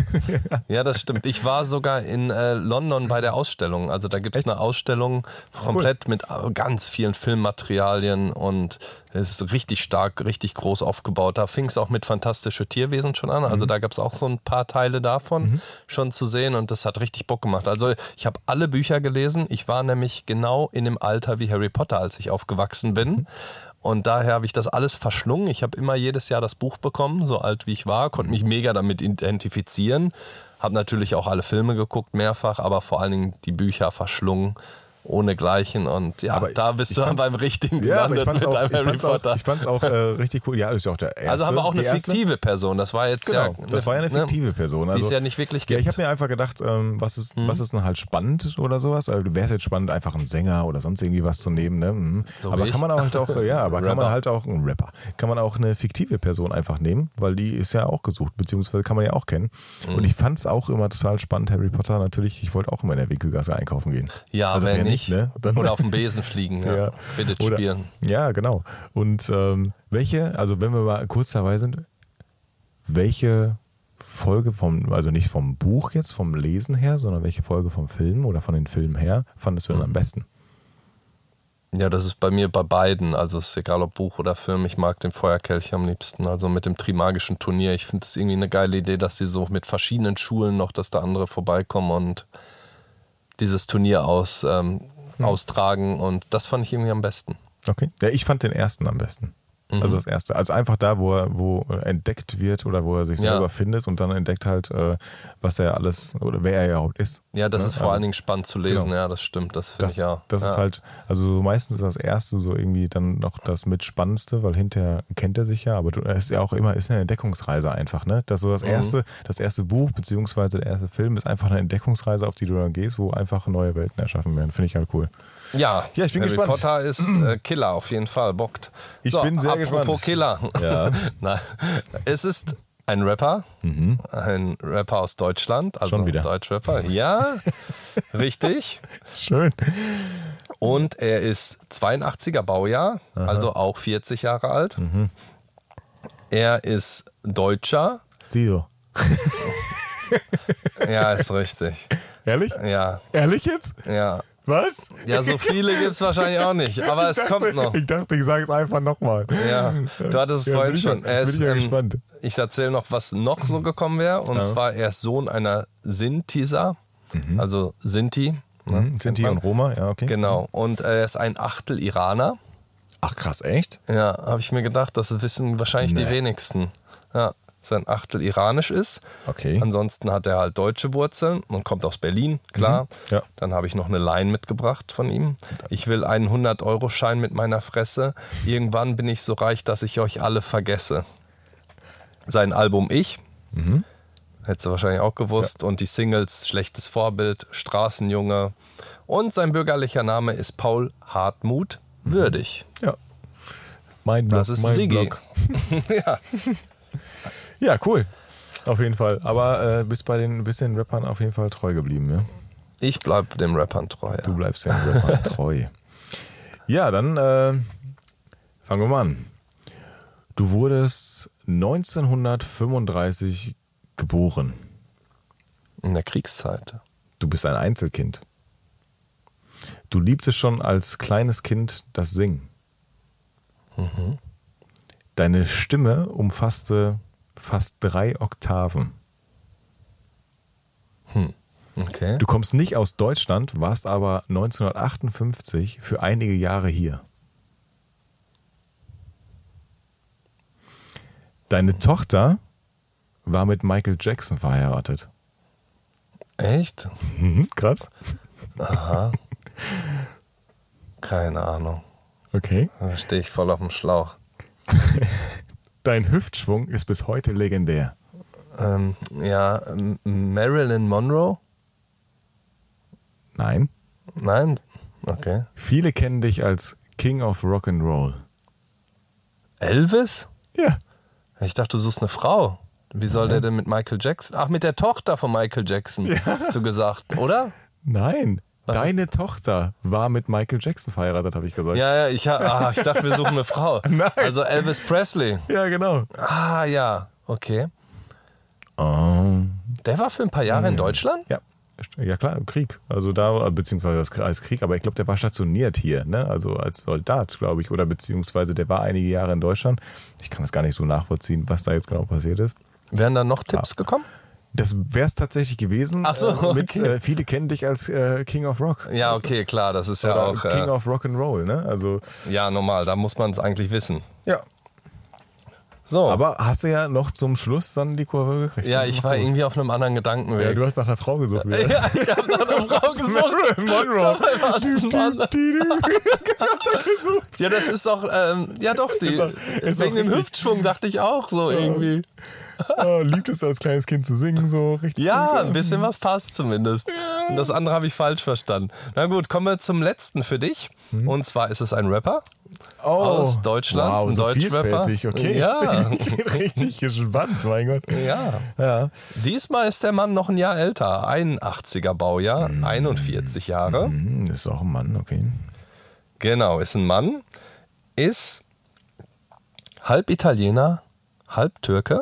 ja, das stimmt. Ich war sogar in äh, London bei der Ausstellung. Also da gibt es eine Ausstellung komplett mit äh, ganz vielen Filmmaterialien und es ist richtig stark, richtig groß aufgebaut. Da fing es auch mit Fantastische Tierwesen schon an. Also da gab es auch so ein paar Teile davon schon zu sehen und das hat richtig Bock gemacht. Also ich habe alle Bücher gelesen. Ich war nämlich genau in dem Alter wie Harry Potter, als ich aufgewachsen bin. Und daher habe ich das alles verschlungen. Ich habe immer jedes Jahr das Buch bekommen, so alt wie ich war, konnte mich mega damit identifizieren. Habe natürlich auch alle Filme geguckt, mehrfach, aber vor allen Dingen die Bücher verschlungen, ohnegleichen. Und ja,
Aber
da bist
ich
du dann
fand's-
beim richtigen
Ja, aber
gelandet
ich fand's
mit
auch, ich
deinem Harry
fand's auch,
Potter.
ich fand's auch äh, richtig cool. Ja, das ist ja auch der erste.
also haben wir auch eine
die erste.
fiktive Person. Das war jetzt
Genau,
ja.
das war ja eine
ne,
fiktive Person.
die
Also,
es ja nicht wirklich gibt.
Ja,
Mhm.
ich habe mir einfach gedacht, ähm, was ist, was ist denn halt spannend oder sowas? Also, Wäre es jetzt spannend, einfach einen Sänger oder sonst irgendwie was zu nehmen, ne? Mhm.
So
aber
wie ich.
kann man auch halt auch, ja, aber kann man
Rapper.
halt auch einen Rapper, kann man auch eine fiktive Person einfach nehmen, weil die ist ja auch gesucht, beziehungsweise kann man ja auch kennen.
Mhm.
Und ich fand es auch immer total spannend, Harry Potter natürlich, ich wollte auch immer in der Winkelgasse einkaufen gehen.
ja,
Also,
wenn
wer
nicht.
ne? Dann-
Oder auf dem Besen fliegen. Ja. Fidget
Oder-
spielen.
Ja, genau. Und ähm, welche, also wenn wir mal kurz dabei sind, welche Folge vom, also nicht vom Buch jetzt, vom Lesen her, sondern welche Folge vom Film oder von den Filmen her fandest du
Mhm.
denn am besten?
Ja, das ist bei mir bei beiden. Also es ist egal ob Buch oder Film. Ich mag den Feuerkelch am liebsten. Also mit dem Trimagischen Turnier. Ich finde es irgendwie eine geile Idee, dass sie so mit verschiedenen Schulen noch, dass da andere vorbeikommen und dieses Turnier aus, ähm,
Hm.
austragen. Und das fand ich irgendwie am besten.
Okay. Ja, ich fand den ersten am besten.
Mhm.
Also das erste. Also einfach da, wo er, wo er entdeckt wird oder wo er sich
Ja.
selber findet und dann entdeckt halt, äh, was er alles oder wer er überhaupt ist.
Ja, das
Ne?
ist vor
Also-
allen Dingen spannend zu lesen.
Genau.
Ja, das stimmt. Das finde
Das,
ich ja.
das
ja.
ist halt, also so meistens das erste so irgendwie dann noch das mitspannendste, weil hinterher kennt er sich ja, aber du- es ist ja auch immer, ist eine Entdeckungsreise einfach, ne? Das so das
Mhm.
erste, das erste Buch beziehungsweise der erste Film ist einfach eine Entdeckungsreise, auf die du dann gehst, wo einfach neue Welten erschaffen werden. Finde ich halt cool.
Ja,
Ja, ich bin
Harry
gespannt.
Potter ist äh, Killer auf jeden Fall, bockt.
Ich bin sehr
apropos
gespannt.
Killer. Na, es ist ein Rapper, ein Rapper aus Deutschland, also
Mhm. Schon wieder.
Deutschrapper. Ja, richtig.
Schön.
Und er ist 82er Baujahr, also auch 40 Jahre alt.
Mhm.
Er ist Deutscher.
Dio.
Ja, ist richtig.
Ehrlich?
Ja,
Ehrlich jetzt?
ja.
Was?
Äh. Ja, so viele gibt es wahrscheinlich auch nicht, aber es
Ich dachte-
kommt noch.
Ich dachte, ich sage es einfach nochmal.
Ja, du hattest es
Ja,
vorhin
bin ich
schon.
Ja, bin ich ja
ähm,
gespannt.
Ich erzähle noch, was noch so gekommen wäre. Und zwar, er ist Sohn einer Sintiser,
Mhm.
also Sinti. ne,
Hm,
kennt
Sinti
man.
und Roma, ja, okay.
Genau. Und er ist ein Achtel Iraner.
Ach krass, echt?
Ja, habe ich mir gedacht, das wissen wahrscheinlich die
Nee.
wenigsten. Ja, sein Achtel iranisch ist.
Okay.
Ansonsten hat er halt deutsche Wurzeln und kommt aus Berlin, klar.
Mhm. Ja.
Dann habe ich noch eine Line mitgebracht von ihm. Ich will einen 100-Euro-Schein mit meiner Fresse. Irgendwann bin ich so reich, dass ich euch alle vergesse. Sein Album Ich.
Mhm.
Hättest du wahrscheinlich auch gewusst. Und die Singles Schlechtes Vorbild, Straßenjunge. Und sein bürgerlicher Name ist Paul Hartmut
Mhm.
Würdig.
Ja. Mein Blog,
Das ist
mein
Sigi.
Blog.
ja.
Ja, cool. Auf jeden Fall. Aber äh, bist bei den bist den Rappern auf jeden Fall treu geblieben, ja?
Ich bleibe dem Rappern treu.
Du
Ja.
bleibst den Rappern treu. Ja, dann äh, fangen wir mal an. Du wurdest 1935 geboren.
In der Kriegszeit.
Du bist ein Einzelkind. Du liebtest schon als kleines Kind das Singen. Mhm. Deine Stimme umfasste fast drei Oktaven.
Okay.
Du kommst nicht aus Deutschland, warst aber 1958 für einige Jahre hier. Deine Tochter war mit Michael Jackson verheiratet.
Echt?
Mhm, krass.
Keine Ahnung.
Okay.
Da stehe ich voll auf dem Schlauch.
Dein Hüftschwung ist bis heute legendär.
Ähm, ja, M- Marilyn Monroe?
Nein.
Nein? Okay.
Viele kennen dich als King of Rock and Roll.
Elvis?
Ja.
Ich dachte, du suchst eine Frau. Wie soll der denn mit Michael Jackson? Ach, mit der Tochter von Michael Jackson, hast du gesagt, oder?
Nein.
Was
Deine Tochter war mit Michael Jackson verheiratet, habe ich gesagt.
Ja, ja, ich, ha- ah, ich dachte, wir suchen eine Frau.
Nein.
Also Elvis Presley.
Ja, genau.
Ah, ja, okay. Oh. Der war für ein paar Jahre in
Hm.
Deutschland?
Ja. Ja klar, im Krieg. Also da, beziehungsweise als- als Krieg, aber ich glaube, der war stationiert hier, ne? Also als Soldat, glaube ich. Oder beziehungsweise der war einige Jahre in Deutschland. Ich kann das gar nicht so nachvollziehen, was da jetzt genau passiert ist.
Wären da noch
Ah.
Tipps gekommen?
Das wäre es tatsächlich gewesen.
Ach so,
äh, mit,
okay.
äh, viele kennen dich als äh, King of Rock.
Ja, okay, klar, das ist ja
Oder
auch.
King
Äh,
of Rock and Roll, ne? Also
ja, normal, da muss man es eigentlich wissen.
ja.
So.
Aber hast du ja noch zum Schluss dann die Kurve gekriegt?
ja, ich war
Los.
irgendwie auf einem anderen Gedankenweg.
Ja, du hast nach einer Frau gesucht. wieder.
Ja, ich hab nach einer Frau gesucht.
Monroe.
Dabei war's ein Mann. Ja, das ist doch, ähm, ja doch, die,
Ist doch- ist
wegen
doch
dem
richtig.
Hüftschwung dachte ich auch so irgendwie.
Oh, liebtest du als kleines Kind zu singen, so richtig.
Ja, ein bisschen was passt zumindest. Und das andere habe ich falsch verstanden. Na gut, kommen wir zum letzten für dich.
Hm.
Und zwar ist es ein Rapper
Oh.
aus Deutschland,
Wow,
ein
so
Deutschrapper.
vielfältig, okay.
Ja.
Ich bin richtig gespannt, mein Gott.
Ja.
Ja.
Diesmal ist der Mann noch ein Jahr älter, 81er Baujahr, 41 Jahre.
Hm, Ist auch ein Mann, okay.
Genau, ist ein Mann, ist halb Italiener, halb Türke,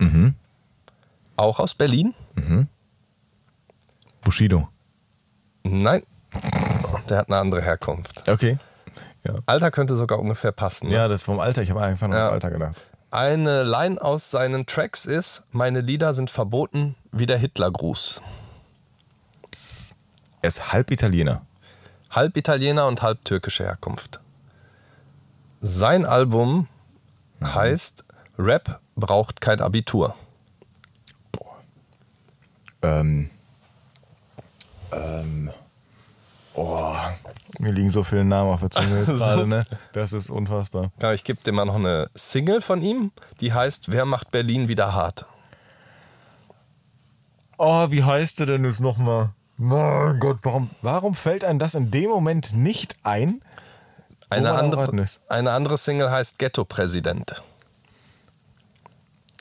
Mhm.
Auch aus Berlin?
Bushido.
Nein. Der hat eine andere Herkunft.
Okay.
Alter könnte sogar ungefähr passen. ne?
Ja, das vom Alter. Ich habe einfach nur
Ja.
ans Alter gedacht.
Eine Line aus seinen Tracks ist: Meine Lieder sind verboten, wie der Hitlergruß.
Er ist halb Italiener.
Halb Italiener und halb türkische Herkunft. Sein Album
Mhm.
heißt Rap braucht kein Abitur.
Ähm. Ähm. Oh, mir liegen so viele Namen auf der Zunge jetzt gerade, ne? Das ist unfassbar.
Ja, ich gebe dir mal noch eine Single von ihm, die heißt Wer macht Berlin wieder hart?
Oh, wie heißt der denn jetzt nochmal? Mein Gott, warum, warum fällt einem das in dem Moment nicht ein?
Eine
Woran
andere,
raten ist?
eine andere Single heißt Ghetto-Präsident.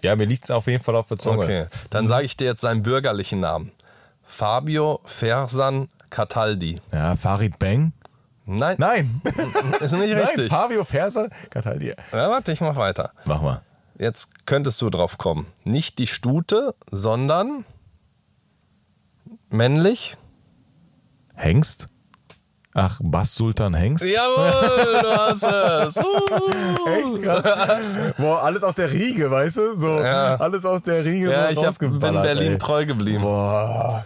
Ja, mir liegt es auf jeden Fall auf der Zunge.
Okay,
Mhm.
dann sage ich dir jetzt seinen bürgerlichen Namen. Fabio Fersan Cataldi.
Ja, Farid Bang.
Nein,
Nein,
ist nicht
nein,
richtig.
Fabio Perser. Katalin.
ja, warte, ich mach weiter.
Mach mal.
Jetzt könntest du drauf kommen. Nicht die Stute, sondern männlich.
Hengst? Ach, Bass Sultan Hengst?
Jawohl, du hast es. Uh.
Echt krass. Boah, alles aus der Riege, weißt du? So,
Ja.
alles aus der Riege.
Ja,
so
ich hab, bin
rausgeballert,
Berlin
ey.
treu geblieben.
Boah.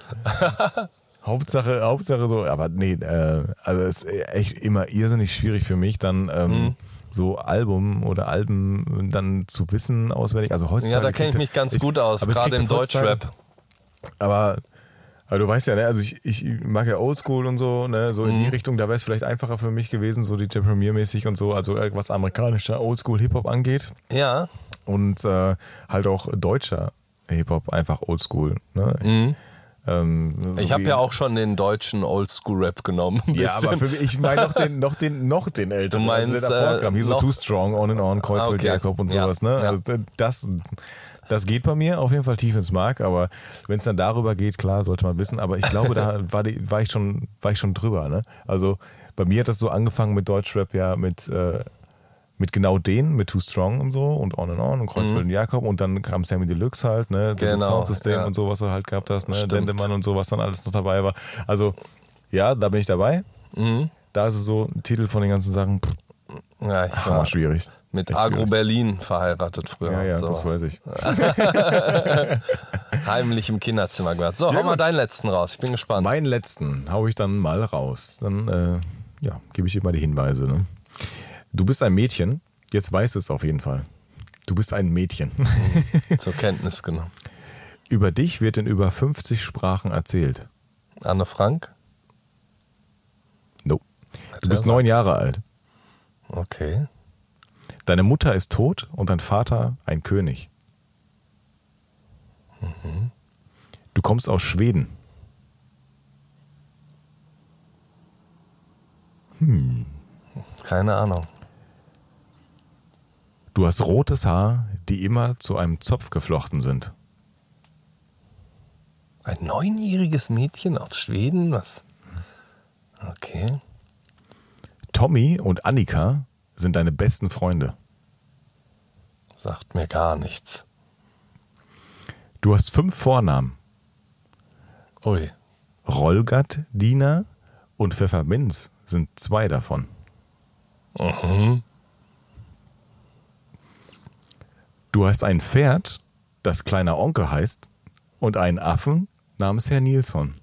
Hauptsache, Hauptsache so, aber nee, äh, also es ist echt immer irrsinnig schwierig für mich, dann ähm,
Mhm.
so Album oder Alben dann zu wissen auswendig. Also heutzutage
Ja, da kenne ich
kriegt-
mich ganz gut aus,
aber ich
gerade
krieg
im
das heutzutage-
Deutschrap.
Aber, aber du weißt ja, ne, also ich, ich mag ja Oldschool und so, ne, so
Mhm.
in die Richtung, da wäre es vielleicht einfacher für mich gewesen, so DJ Premier-mäßig und so, also äh, was amerikanischer Oldschool-Hip-Hop angeht
Ja,
und äh, halt auch deutscher Hip-Hop einfach Oldschool. Ne? Ähm, so
Mhm. ich habe
wie-
ja auch schon den deutschen Oldschool-Rap genommen. ein
Ja, aber
bisschen.
für mich, ich meine noch den, noch den, noch den älteren.
Du meinst,
also der davor
äh,
kam. Hier so
noch- Ah,
Too Strong, On and On, Kreuzfeld,
Okay.
Jakob und
Ja.
sowas. Ne?
Ja.
Also das, das geht bei mir auf jeden Fall tief ins Mark, aber wenn es dann darüber geht, klar, sollte man wissen. Aber ich glaube, da war, die, war, ich, schon, war ich schon drüber. Ne? Also bei mir hat das so angefangen mit Deutschrap ja mit... Äh, mit genau denen, mit Too Strong und so und On and On und Kreuzfeld und Jakob und dann kam Sammy Deluxe halt, ne, Deluxe
Mhm. Genau,
Soundsystem
ja.
und so, was du halt gehabt hast, ne,
Stimmt.
Dendemann und so, was dann alles noch dabei war. Also, ja, da bin ich dabei.
Mhm.
Da ist es so, ein Titel von den ganzen Sachen, pff,
Ja, ich
hammer
war
schwierig.
mit
Echt
Agro
schwierig.
Berlin verheiratet früher.
Ja, ja,
und sowas.
das weiß ich.
Heimlich im Kinderzimmer gehört. So, hau
gut.
mal deinen letzten raus. Ich bin gespannt.
Meinen letzten hau ich dann mal raus. Dann, äh, ja, gebe ich dir mal die Hinweise. Ne? Du bist ein Mädchen, jetzt weißt du es auf jeden Fall. Du bist ein Mädchen.
Zur Kenntnis genommen.
Über dich wird in über 50 Sprachen erzählt.
Anne Frank?
No. Du bist neun Jahre alt.
Okay.
Deine Mutter ist tot und dein Vater ein König. Du kommst aus Schweden.
Keine Ahnung.
Du hast rotes Haar, die immer zu einem Zopf geflochten sind.
Ein neunjähriges Mädchen aus Schweden? Was? Okay.
Tommy und Annika sind deine besten Freunde.
Sagt mir gar nichts.
Du hast fünf Vornamen.
Ui.
Rolgat, Dina und Pfefferminz sind zwei davon. Mhm. Du hast ein Pferd, das kleiner Onkel heißt, und einen Affen namens Herr Nilsson.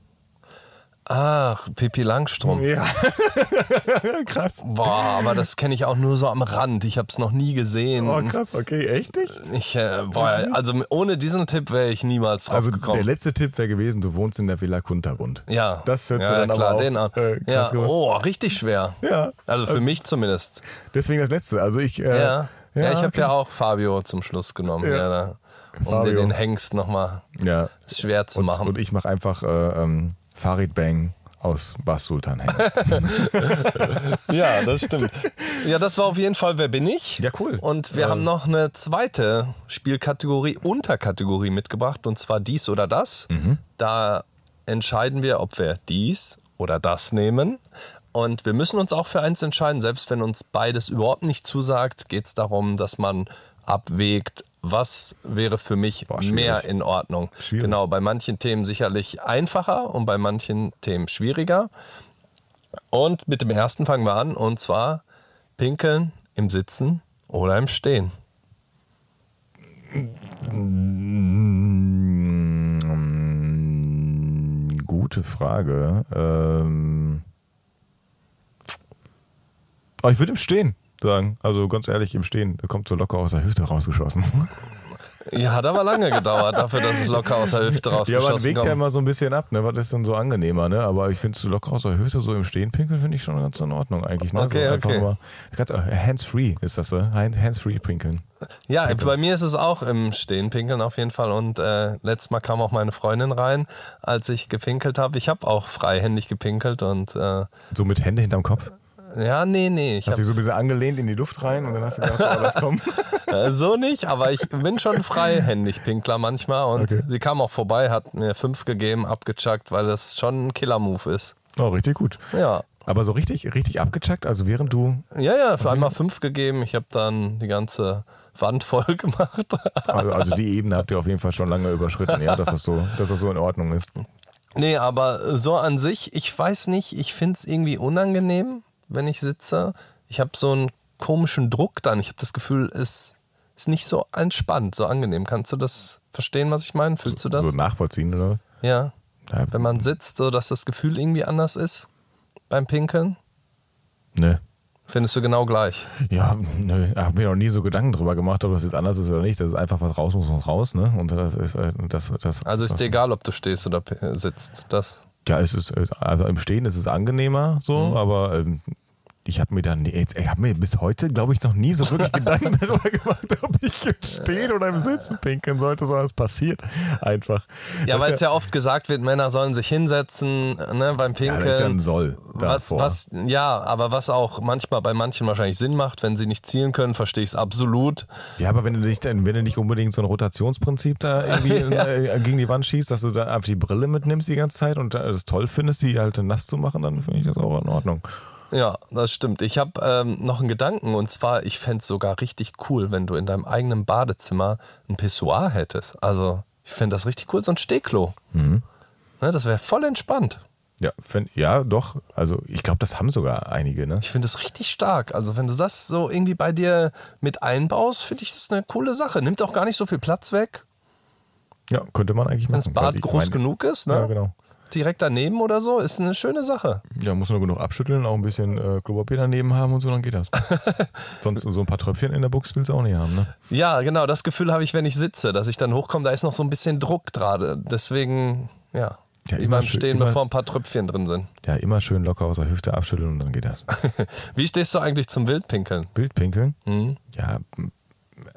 Ach, Pippi Langstrumpf.
Ja. krass.
Boah, aber das kenne ich auch nur so am Rand. Ich habe es noch nie gesehen.
Oh, krass, okay, echt nicht?
Ich, äh, boah, also ohne diesen Tipp wäre ich niemals drauf
Mhm. Also der
gekommen.
letzte Tipp wäre gewesen, du wohnst in der Villa Kunterbund.
ja,
Das hört sich
ja,
dann
klar,
aber auch,
den an.
äh,
ja.
krass gewusst.
Oh, richtig schwer.
Ja.
Also für mich zumindest.
Deswegen das letzte. Also ich. Äh,
Ja, ja, ich habe
okay.
ja auch Fabio zum Schluss genommen,
Ja.
ja. da, um
Fabio.
dir den Hengst nochmal
Ja.
schwer zu
und,
machen.
Und ich mache einfach äh, ähm, Farid Bang aus Bas Sultan Hengst.
Ja, das stimmt. ja, das war auf jeden Fall Wer bin ich?
Ja, cool. Ähm.
Und wir haben noch eine zweite Spielkategorie, Unterkategorie mitgebracht und zwar dies oder das.
Mhm.
Da entscheiden wir, ob wir dies oder das nehmen. Und wir müssen uns auch für eins entscheiden, selbst wenn uns beides überhaupt nicht zusagt, geht es darum, dass man abwägt, was wäre für mich
schwierig.
mehr in Ordnung.
Schwierig.
Genau, bei manchen Themen sicherlich einfacher und bei manchen Themen schwieriger. Und mit dem ersten fangen wir an, und zwar pinkeln im Sitzen oder im Stehen.
Hm, Gute Frage. Ähm Aber ich würde im Stehen sagen. Also ganz ehrlich, im Stehen. Da kommt so locker aus der Hüfte rausgeschossen.
Ja, hat aber lange gedauert, dafür, dass es locker aus der Hüfte
Ja,
rausgeschossen
man wägt ja
kommt.
immer so ein bisschen ab, ne? Was ist denn so angenehmer, ne? Aber ich finde so locker aus der Hüfte, so im Stehen pinkeln, finde ich schon ganz in Ordnung eigentlich. Ne?
Okay,
so einfach
okay.
mal- Ganz, äh, hands-free ist das, ne? Hand- Hands-free pinkeln.
Ja, bei mir ist es auch im Stehen pinkeln auf jeden Fall. Und äh, letztes Mal kam auch meine Freundin rein, als ich gepinkelt habe. Ich habe auch freihändig gepinkelt und äh,
So mit Hände hinterm Kopf.
ja, nee, nee. Ich
Hast
hab,
dich so ein bisschen angelehnt in die Luft rein und dann hast du gedacht, so, alles kommen.
äh, so nicht, aber ich bin schon freihändig Pinkler manchmal. Und
Okay.
sie kam auch vorbei, hat mir fünf gegeben, abgechuckt, weil das schon ein Killer-Move ist.
Oh, richtig gut.
Ja.
Aber so richtig, richtig abgecheckt, also während du
Ja, ja, für einmal fünf gegeben. Ich habe dann die ganze Wand voll gemacht.
Also, also die Ebene habt ihr auf jeden Fall schon lange überschritten, ja, dass das so, dass das so in Ordnung ist.
Nee, aber so an sich, ich weiß nicht, ich finde es irgendwie unangenehm, wenn ich sitze. Ich habe so einen komischen Druck dann. Ich habe das Gefühl, es ist nicht so entspannt, so angenehm. Kannst du das verstehen, was ich meine? Fühlst du das?
So nachvollziehen, oder?
ja.
Ja.
Wenn man sitzt, so dass das Gefühl irgendwie anders ist beim Pinkeln,
Ne.
findest du genau gleich.
Ja, nö, habe mir noch nie so Gedanken drüber gemacht, ob das jetzt anders ist oder nicht. Das ist einfach was raus muss, muss raus, ne? Und das ist äh, das, das
Also ist
das,
dir egal, ob du stehst oder pi- äh, sitzt. Das.
Ja, es ist äh, also im Stehen ist es angenehmer
Mhm.
so, aber ähm, ich habe mir dann jetzt, ich habe mir bis heute, glaube ich, noch nie so wirklich Gedanken darüber gemacht, ob ich im Stehen oder im Sitzen pinkeln sollte, sondern es passiert einfach.
Ja,
Das
weil
ist
es ja oft gesagt wird, Männer sollen sich hinsetzen ne, beim Pinkeln.
ja, das ist ja ein Soll
Was,
davor.
was, ja, aber was auch manchmal bei manchen wahrscheinlich Sinn macht, wenn sie nicht zielen können, verstehe ich es absolut.
Ja, aber wenn du dich dann, wenn du nicht unbedingt so ein Rotationsprinzip da irgendwie äh, gegen die Wand schießt, dass du da einfach die Brille mitnimmst die ganze Zeit und das toll findest, die halt nass zu machen, dann finde ich das auch in Ordnung.
Ja, das stimmt. Ich habe ähm, noch einen Gedanken und zwar, ich fände es sogar richtig cool, wenn du in deinem eigenen Badezimmer ein Pissoir hättest. Also, ich fände das richtig cool, so ein Stehklo.
Mhm.
Ne, das wäre voll entspannt.
Ja, find, ja, doch. Also ich glaube, das haben sogar einige, ne?
Ich finde das richtig stark. Also, wenn du das so irgendwie bei dir mit einbaust, finde ich das eine coole Sache. Nimmt auch gar nicht so viel Platz weg,
Ja, könnte man eigentlich
wenn
machen.
das
weil
Bad
ich
groß
mein-
genug ist. Ne?
Ja, genau.
Direkt daneben oder so, ist eine schöne Sache.
Ja, muss nur genug abschütteln, auch ein bisschen äh, Klopapier daneben haben und so, dann geht das. Sonst so ein paar Tröpfchen in der Buchs willst du auch nicht haben, ne?
Ja, genau, das Gefühl habe ich, wenn ich sitze, dass ich dann hochkomme, da ist noch so ein bisschen Druck gerade. Deswegen, ja,
Ja,
wie
immer
beim
schön-
Stehen,
immer-
bevor ein paar Tröpfchen drin sind.
Ja, immer schön locker aus der Hüfte abschütteln und dann geht das.
Wie stehst du eigentlich zum Wildpinkeln?
Bildpinkeln?
Mhm.
Ja,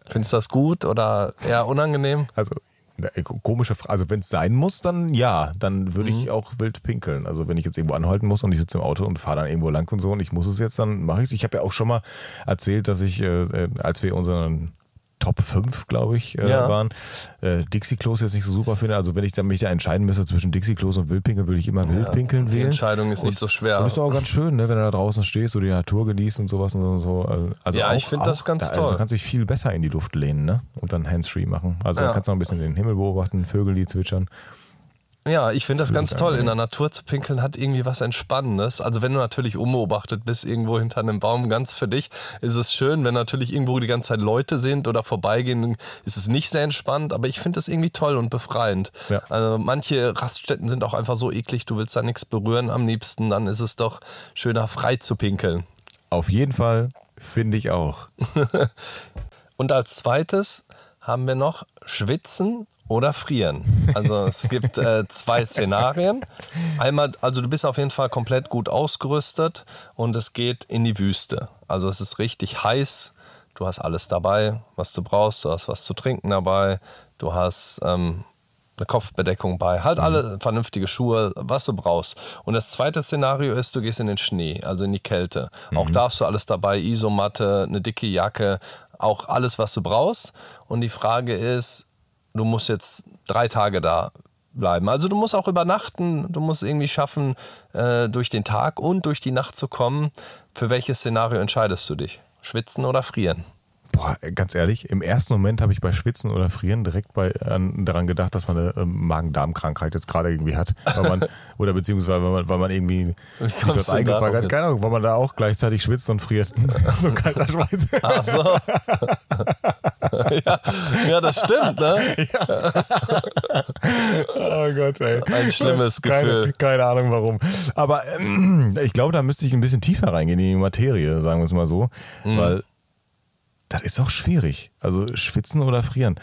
Findest du das gut oder eher unangenehm?
Also na, äh, ko- komische Frage. Also wenn es sein muss, dann ja, dann würde
Mhm.
ich auch wild pinkeln. Also wenn ich jetzt irgendwo anhalten muss und ich sitze im Auto und fahre dann irgendwo lang und so und ich muss es jetzt, dann mache ich es. Ich habe ja auch schon mal erzählt, dass ich, äh, äh, als wir unseren Top 5, glaube ich, äh,
Ja.
waren, äh, Dixie-Klos jetzt nicht so super finde. Also wenn ich dann mich da entscheiden müsste zwischen Dixie-Klos und Wildpinkeln, würde ich immer Wildpinkeln
die
wählen.
Entscheidung ist nicht so schwer.
Und ist auch ganz schön, ne, wenn du da draußen stehst und die Natur genießt und sowas und so. Also
Ja,
auch,
ich find das
auch
ganz
da,
toll.
Also kannst dich viel besser in die Luft lehnen, ne? Und dann Handsfree machen. Also
Ja.
kannst noch ein bisschen den Himmel beobachten, Vögel, die zwitschern.
Ja, ich finde das ganz
ich
toll. In der Natur zu pinkeln hat irgendwie was Entspannendes. Also wenn du natürlich unbeobachtet bist, irgendwo hinter einem Baum, ganz für dich, ist es schön. Wenn natürlich irgendwo die ganze Zeit Leute sind oder vorbeigehen, ist es nicht sehr entspannt. Aber ich finde das irgendwie toll und befreiend.
Ja.
Also manche Raststätten sind auch einfach so eklig, du willst da nichts berühren am liebsten. Dann ist es doch schöner, frei zu pinkeln.
Auf jeden Fall finde ich auch.
Und als zweites haben wir noch Schwitzen oder Frieren. Also es gibt äh, zwei Szenarien. Einmal, also du bist auf jeden Fall komplett gut ausgerüstet und es geht in die Wüste. Also es ist richtig heiß. Du hast alles dabei, was du brauchst. Du hast was zu trinken dabei. Du hast ähm, eine Kopfbedeckung bei. Halt alle vernünftige Schuhe, was du brauchst. Und das zweite Szenario ist, du gehst in den Schnee, also in die Kälte. Auch da hast du alles dabei, Isomatte, eine dicke Jacke, auch alles, was du brauchst. Und die Frage ist, du musst jetzt drei Tage da bleiben. Also du musst auch übernachten, du musst irgendwie schaffen, äh, durch den Tag und durch die Nacht zu kommen. Für welches Szenario entscheidest du dich? Schwitzen oder frieren?
Boah, ganz ehrlich, im ersten Moment habe ich bei Schwitzen oder Frieren direkt bei, an, daran gedacht, dass man eine ähm, Magen-Darm-Krankheit jetzt gerade irgendwie hat. Weil man, oder beziehungsweise, weil man, weil man irgendwie sich
kommst
was
du darauf
eingefangen hat.
jetzt?
Keine Ahnung, weil man da auch gleichzeitig schwitzt und friert. so kalter Schweiß.
Ach so. ja, ja, das stimmt, ne?
Oh Gott, ey.
Ein schlimmes Gefühl.
Keine, keine Ahnung warum. Aber ähm, ich glaube, da müsste ich ein bisschen tiefer reingehen in die Materie, sagen wir es mal so.
Hm.
Weil das ist auch schwierig. Also schwitzen oder frieren.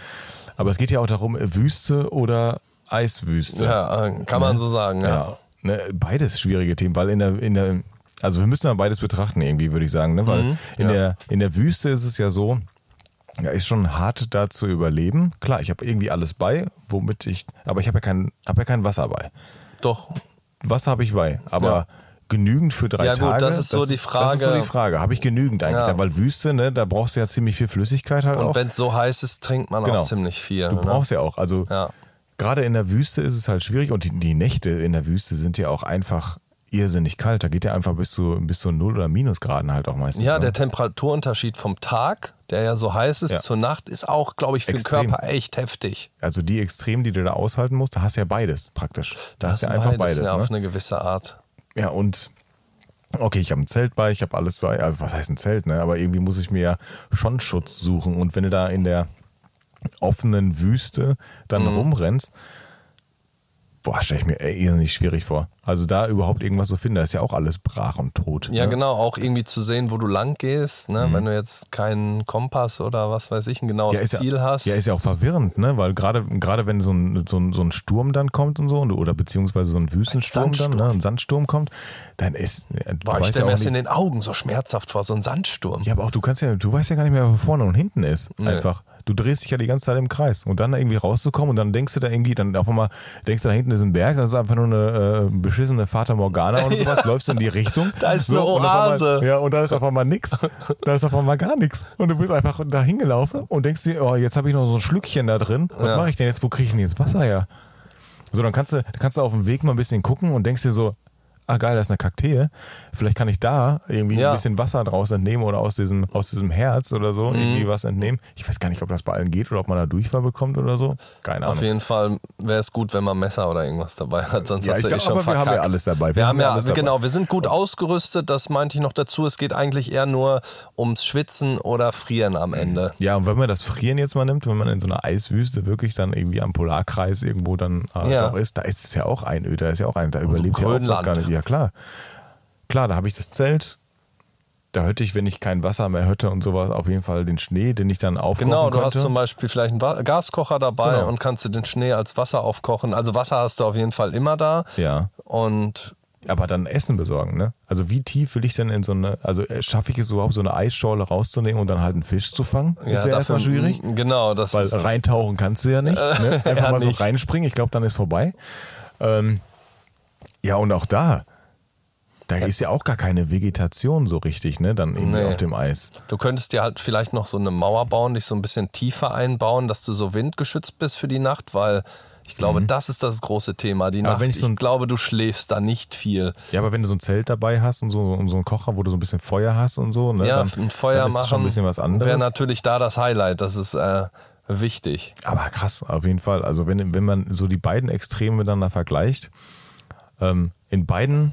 Aber es geht ja auch darum, Wüste oder Eiswüste.
Ja, äh, kann man so sagen, ja.
Ja, ne, beides schwierige Themen, weil in der, in der, also wir müssen ja beides betrachten irgendwie, würde ich sagen, ne?
Mhm,
weil in, der, in der Wüste ist es ja so, ja, ist schon hart da zu überleben. Klar, ich habe irgendwie alles bei, womit ich, aber ich habe ja, kein, hab ja kein Wasser bei.
Doch.
Wasser habe ich bei, aber
Ja.
genügend für drei
Ja, gut,
Tage.
das ist so die
Das ist so
Frage.
die Frage. Habe ich genügend eigentlich?
Ja.
Da, weil Wüste, ne, da brauchst du ja ziemlich viel Flüssigkeit halt
Und
auch.
wenn es so heiß ist, trinkt man
Genau.
auch ziemlich viel.
Du
ne?
brauchst ja auch. Also
Ja.
gerade in der Wüste ist es halt schwierig und die, die Nächte in der Wüste sind ja auch einfach irrsinnig kalt. Da geht ja einfach bis zu, bis zu 0 oder Minusgraden halt auch meistens.
Ja,
ne?
der Temperaturunterschied vom Tag, der ja so heiß ist,
Ja.
zur Nacht ist auch, glaube ich, für
Extrem.
den Körper echt heftig.
also die Extremen, die du da aushalten musst, da hast du ja beides praktisch. Da hast du ja einfach beides.
ja,
ne?
auf eine gewisse Art.
Ja, und okay, ich habe ein Zelt bei, ich habe alles bei, also was heißt ein Zelt, ne? Aber irgendwie muss ich mir ja schon Schutz suchen. Und wenn du da in der offenen Wüste dann
Mhm.
rumrennst, boah, stelle ich mir ey, irrsinnig schwierig vor. Also da überhaupt irgendwas zu finden, da ist ja auch alles brach und tot.
Ja,
ne?
genau, auch irgendwie zu sehen, wo du lang gehst, ne? wenn du jetzt keinen Kompass oder was weiß ich, ein genaues
Mhm. Ja, ist
Ziel
ja,
hast.
Ja, ist ja auch verwirrend, ne? Weil gerade, gerade wenn so ein, so, ein, so ein Sturm dann kommt und so, und, oder beziehungsweise so ein Wüstensturm dann,
Sandsturm.
ne? Ein Sandsturm kommt, dann ist. ja, Du
Boah, ich
weißt ja
stelle
auch
mir das
nicht-
in den Augen so schmerzhaft vor, so ein Sandsturm.
Ja, aber auch du kannst ja, du weißt ja gar nicht mehr, wo vorne und hinten ist.
Nee.
Einfach. Du drehst dich ja die ganze Zeit im Kreis und dann irgendwie rauszukommen und dann denkst du da irgendwie, dann auf einmal denkst du da hinten ist ein Berg, dann ist einfach nur eine äh, beschissene Fata Morgana und sowas, läufst du in die Richtung.
Da ist eine
und auf
Oase.
Einmal, ja, und da ist auf einmal nix. Da ist auf einmal gar nichts. Und du bist einfach da hingelaufen und denkst dir, oh, jetzt habe ich noch so ein Schlückchen da drin. Was
Ja.
mache ich denn jetzt? Wo kriege ich denn jetzt Wasser her? So, dann kannst du, dann kannst du auf dem Weg mal ein bisschen gucken und denkst dir so, ah geil, da ist eine Kakteen. Vielleicht kann ich da irgendwie
Ja.
ein bisschen Wasser draus entnehmen oder aus diesem, aus diesem Herz oder
Mhm.
so irgendwie was entnehmen. Ich weiß gar nicht, ob das bei allen geht oder ob man da Durchfall bekommt oder so. Keine
Auf
Ahnung.
jeden Fall wäre es gut, wenn man Messer oder irgendwas dabei hat, sonst
Ja,
hast
ich
du eh
glaub,
schon
aber wir haben ja
verkackt.
alles dabei.
Wir, haben ja,
alles dabei.
genau, wir sind gut ausgerüstet, das meinte ich noch dazu. Es geht eigentlich eher nur ums Schwitzen oder Frieren am Ende.
Ja, und wenn man das Frieren jetzt mal nimmt, wenn man in so einer Eiswüste wirklich dann irgendwie am Polarkreis irgendwo dann äh,
Ja.
doch ist, da ist es ja auch ein Öder, ist ja auch ein, da überlebt ja auch
Grönland.
was gar nicht. Ja, klar. Klar, da habe ich das Zelt, da hätte ich, wenn ich kein Wasser mehr hätte und sowas, auf jeden Fall den Schnee, den ich dann aufkochen
Genau, du
könnte.
hast zum Beispiel vielleicht einen Wa- Gaskocher dabei
Genau.
und kannst dir den Schnee als Wasser aufkochen. Also Wasser hast du auf jeden Fall immer da.
Ja.
Und
Aber dann Essen besorgen, ne? Also wie tief will ich denn in so eine, also äh, schaffe ich es überhaupt, so eine Eisschorle rauszunehmen und dann halt einen Fisch zu fangen? ist ja
dafür-
erstmal schwierig.
m- Genau, das
Weil äh,
ist,
reintauchen kannst du ja nicht. Ne? Einfach
Äh, ja,
mal so
nicht.
reinspringen, ich glaube, dann ist vorbei. Ähm, ja, und auch da, da ist ja auch gar keine Vegetation so richtig, ne? Dann irgendwie
Nee.
auf dem Eis.
du könntest dir halt vielleicht noch so eine Mauer bauen, dich so ein bisschen tiefer einbauen, dass du so windgeschützt bist für die Nacht, weil ich glaube, das ist das große Thema, die
Mhm. Aber
Nacht.
wenn ich so ein-
glaube, du schläfst da nicht viel.
Ja, aber wenn du so ein Zelt dabei hast und so, und so einen Kocher, wo du so ein bisschen Feuer hast und so, ne?
ja,
dann,
ein Feuer
dann ist es
machen
schon ein bisschen was anderes.
wäre natürlich da das Highlight. Das ist äh, wichtig.
Aber krass, auf jeden Fall. Also wenn, wenn man so die beiden Extreme miteinander vergleicht, ähm, in beiden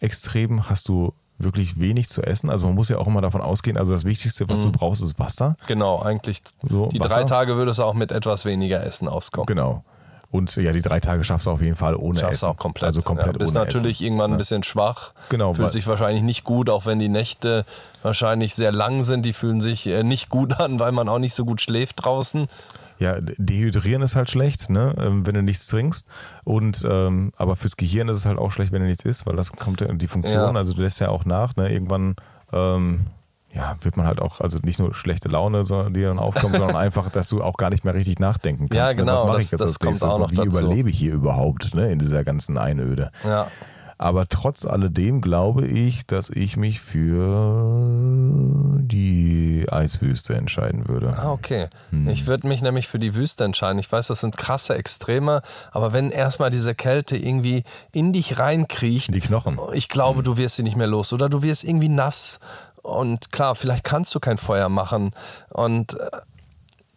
Extremen hast du wirklich wenig zu essen. Also man muss ja auch immer davon ausgehen, also das Wichtigste,
Mhm.
was du brauchst, ist Wasser.
Genau, eigentlich
So,
die
Wasser?
drei Tage würdest du auch mit etwas weniger Essen auskommen.
Genau. Und ja, die drei Tage schaffst du auf jeden Fall ohne
Schaffst
Essen.
auch komplett.
Also komplett
ja, bist
ohne
natürlich
Essen.
irgendwann ein bisschen schwach.
Genau, weil-
Fühlt sich wahrscheinlich nicht gut, auch wenn die Nächte wahrscheinlich sehr lang sind. Die fühlen sich äh, nicht gut an, weil man auch nicht so gut schläft draußen.
Ja, dehydrieren ist halt schlecht, ne? ähm, wenn du nichts trinkst. Und ähm, aber fürs Gehirn ist es halt auch schlecht, wenn du nichts isst, weil das kommt ja die Funktion,
Ja.
also du lässt ja auch nach, ne? Irgendwann ähm, ja, wird man halt auch, also nicht nur schlechte Laune, so- die dann aufkommt, sondern einfach, dass du auch gar nicht mehr richtig nachdenken
Ja,
kannst. ne? Was
genau,
mache
das-
ich jetzt
das
als
kommt
nächstes? Also
auch noch
Wie
dazu.
überlebe ich hier überhaupt, ne? In dieser ganzen Einöde.
Ja.
Aber trotz alledem glaube ich, dass ich mich für die Eiswüste entscheiden würde.
Ah, okay.
Hm.
Ich würde mich nämlich für die Wüste entscheiden. Ich weiß, das sind krasse Extreme, aber wenn erstmal diese Kälte irgendwie in dich reinkriecht,
Die Knochen.
ich glaube, du wirst sie nicht mehr los oder du wirst irgendwie nass Und klar, vielleicht kannst du kein Feuer machen. Und äh,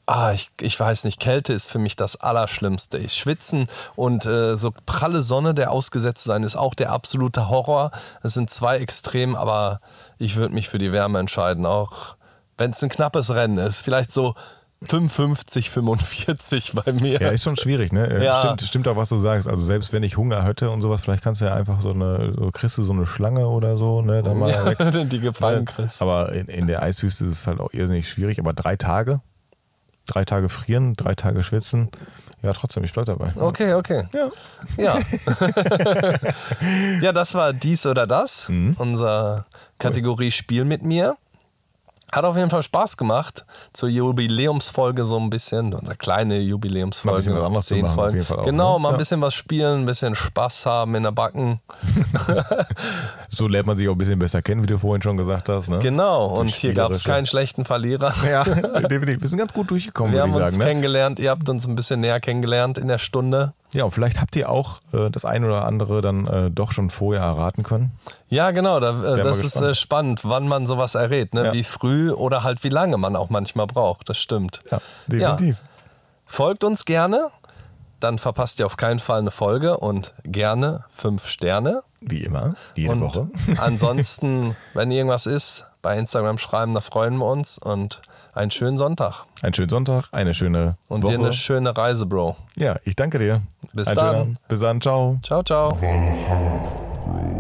ah, ich, ich weiß nicht, Kälte ist für mich das Allerschlimmste. Ich schwitzen und äh, so pralle Sonne, der ausgesetzt zu sein, ist auch der absolute Horror. Es sind zwei Extrem, aber ich würde mich für die Wärme entscheiden, auch wenn es ein knappes Rennen ist. Vielleicht so 55, 45 bei mir.
Ja, ist schon schwierig, ne? Äh,
Ja.
Stimmt, stimmt auch, was du sagst. Also selbst wenn ich Hunger hätte und sowas, vielleicht kannst du ja einfach so eine, so kriegst du so eine Schlange oder so, ne? Dann mal
Ja,
weg.
wenn die gefallen kriegst.
Aber in, in der Eiswüste ist es halt auch irrsinnig schwierig. Aber drei Tage, drei Tage frieren, drei Tage schwitzen, ja trotzdem, ich bleib dabei.
Okay, okay.
Ja.
Ja. ja, das war dies oder das.
Mhm.
Unser Kategorie Spiel mit mir. Hat auf jeden Fall Spaß gemacht. Zur Jubiläumsfolge so ein bisschen, unsere kleine Jubiläumsfolge.
Mal ein bisschen was anderes zu
Zehn
machen, auf
Folgen.
jeden Fall auch,
genau,
ne?
mal ein
Ja.
bisschen was spielen, ein bisschen Spaß haben in der Backen.
So lernt man sich auch ein bisschen besser kennen, wie du vorhin schon gesagt hast. Ne?
Genau,
Durch
und hier gab es
spielerische-
keinen schlechten Verlierer.
Ja, definitiv. Wir sind ganz gut durchgekommen,
Wir haben
würde ich
uns
sagen. Ne?
kennengelernt, ihr habt uns ein bisschen näher kennengelernt in der Stunde.
Ja, und vielleicht habt ihr auch äh, das ein oder andere dann äh, doch schon vorher erraten können.
Ja, genau, da, äh,
wir
das ist
gespannt.
äh, spannend, wann man sowas errät, ne?
Ja.
wie früh oder halt wie lange man auch manchmal braucht. Das stimmt.
Ja, definitiv.
Folgt uns gerne, dann verpasst ihr auf keinen Fall eine Folge und gerne fünf Sterne.
Wie immer, jede
und
Woche.
ansonsten, wenn irgendwas ist, bei Instagram schreiben, da freuen wir uns und einen schönen Sonntag
Einen schönen Sonntag, eine schöne
und
Woche.
dir eine schöne Reise, Bro.
ja, ich danke dir.
Bis
schönen
dann.
Abend. Bis dann, ciao.
Ciao, ciao.
Bro.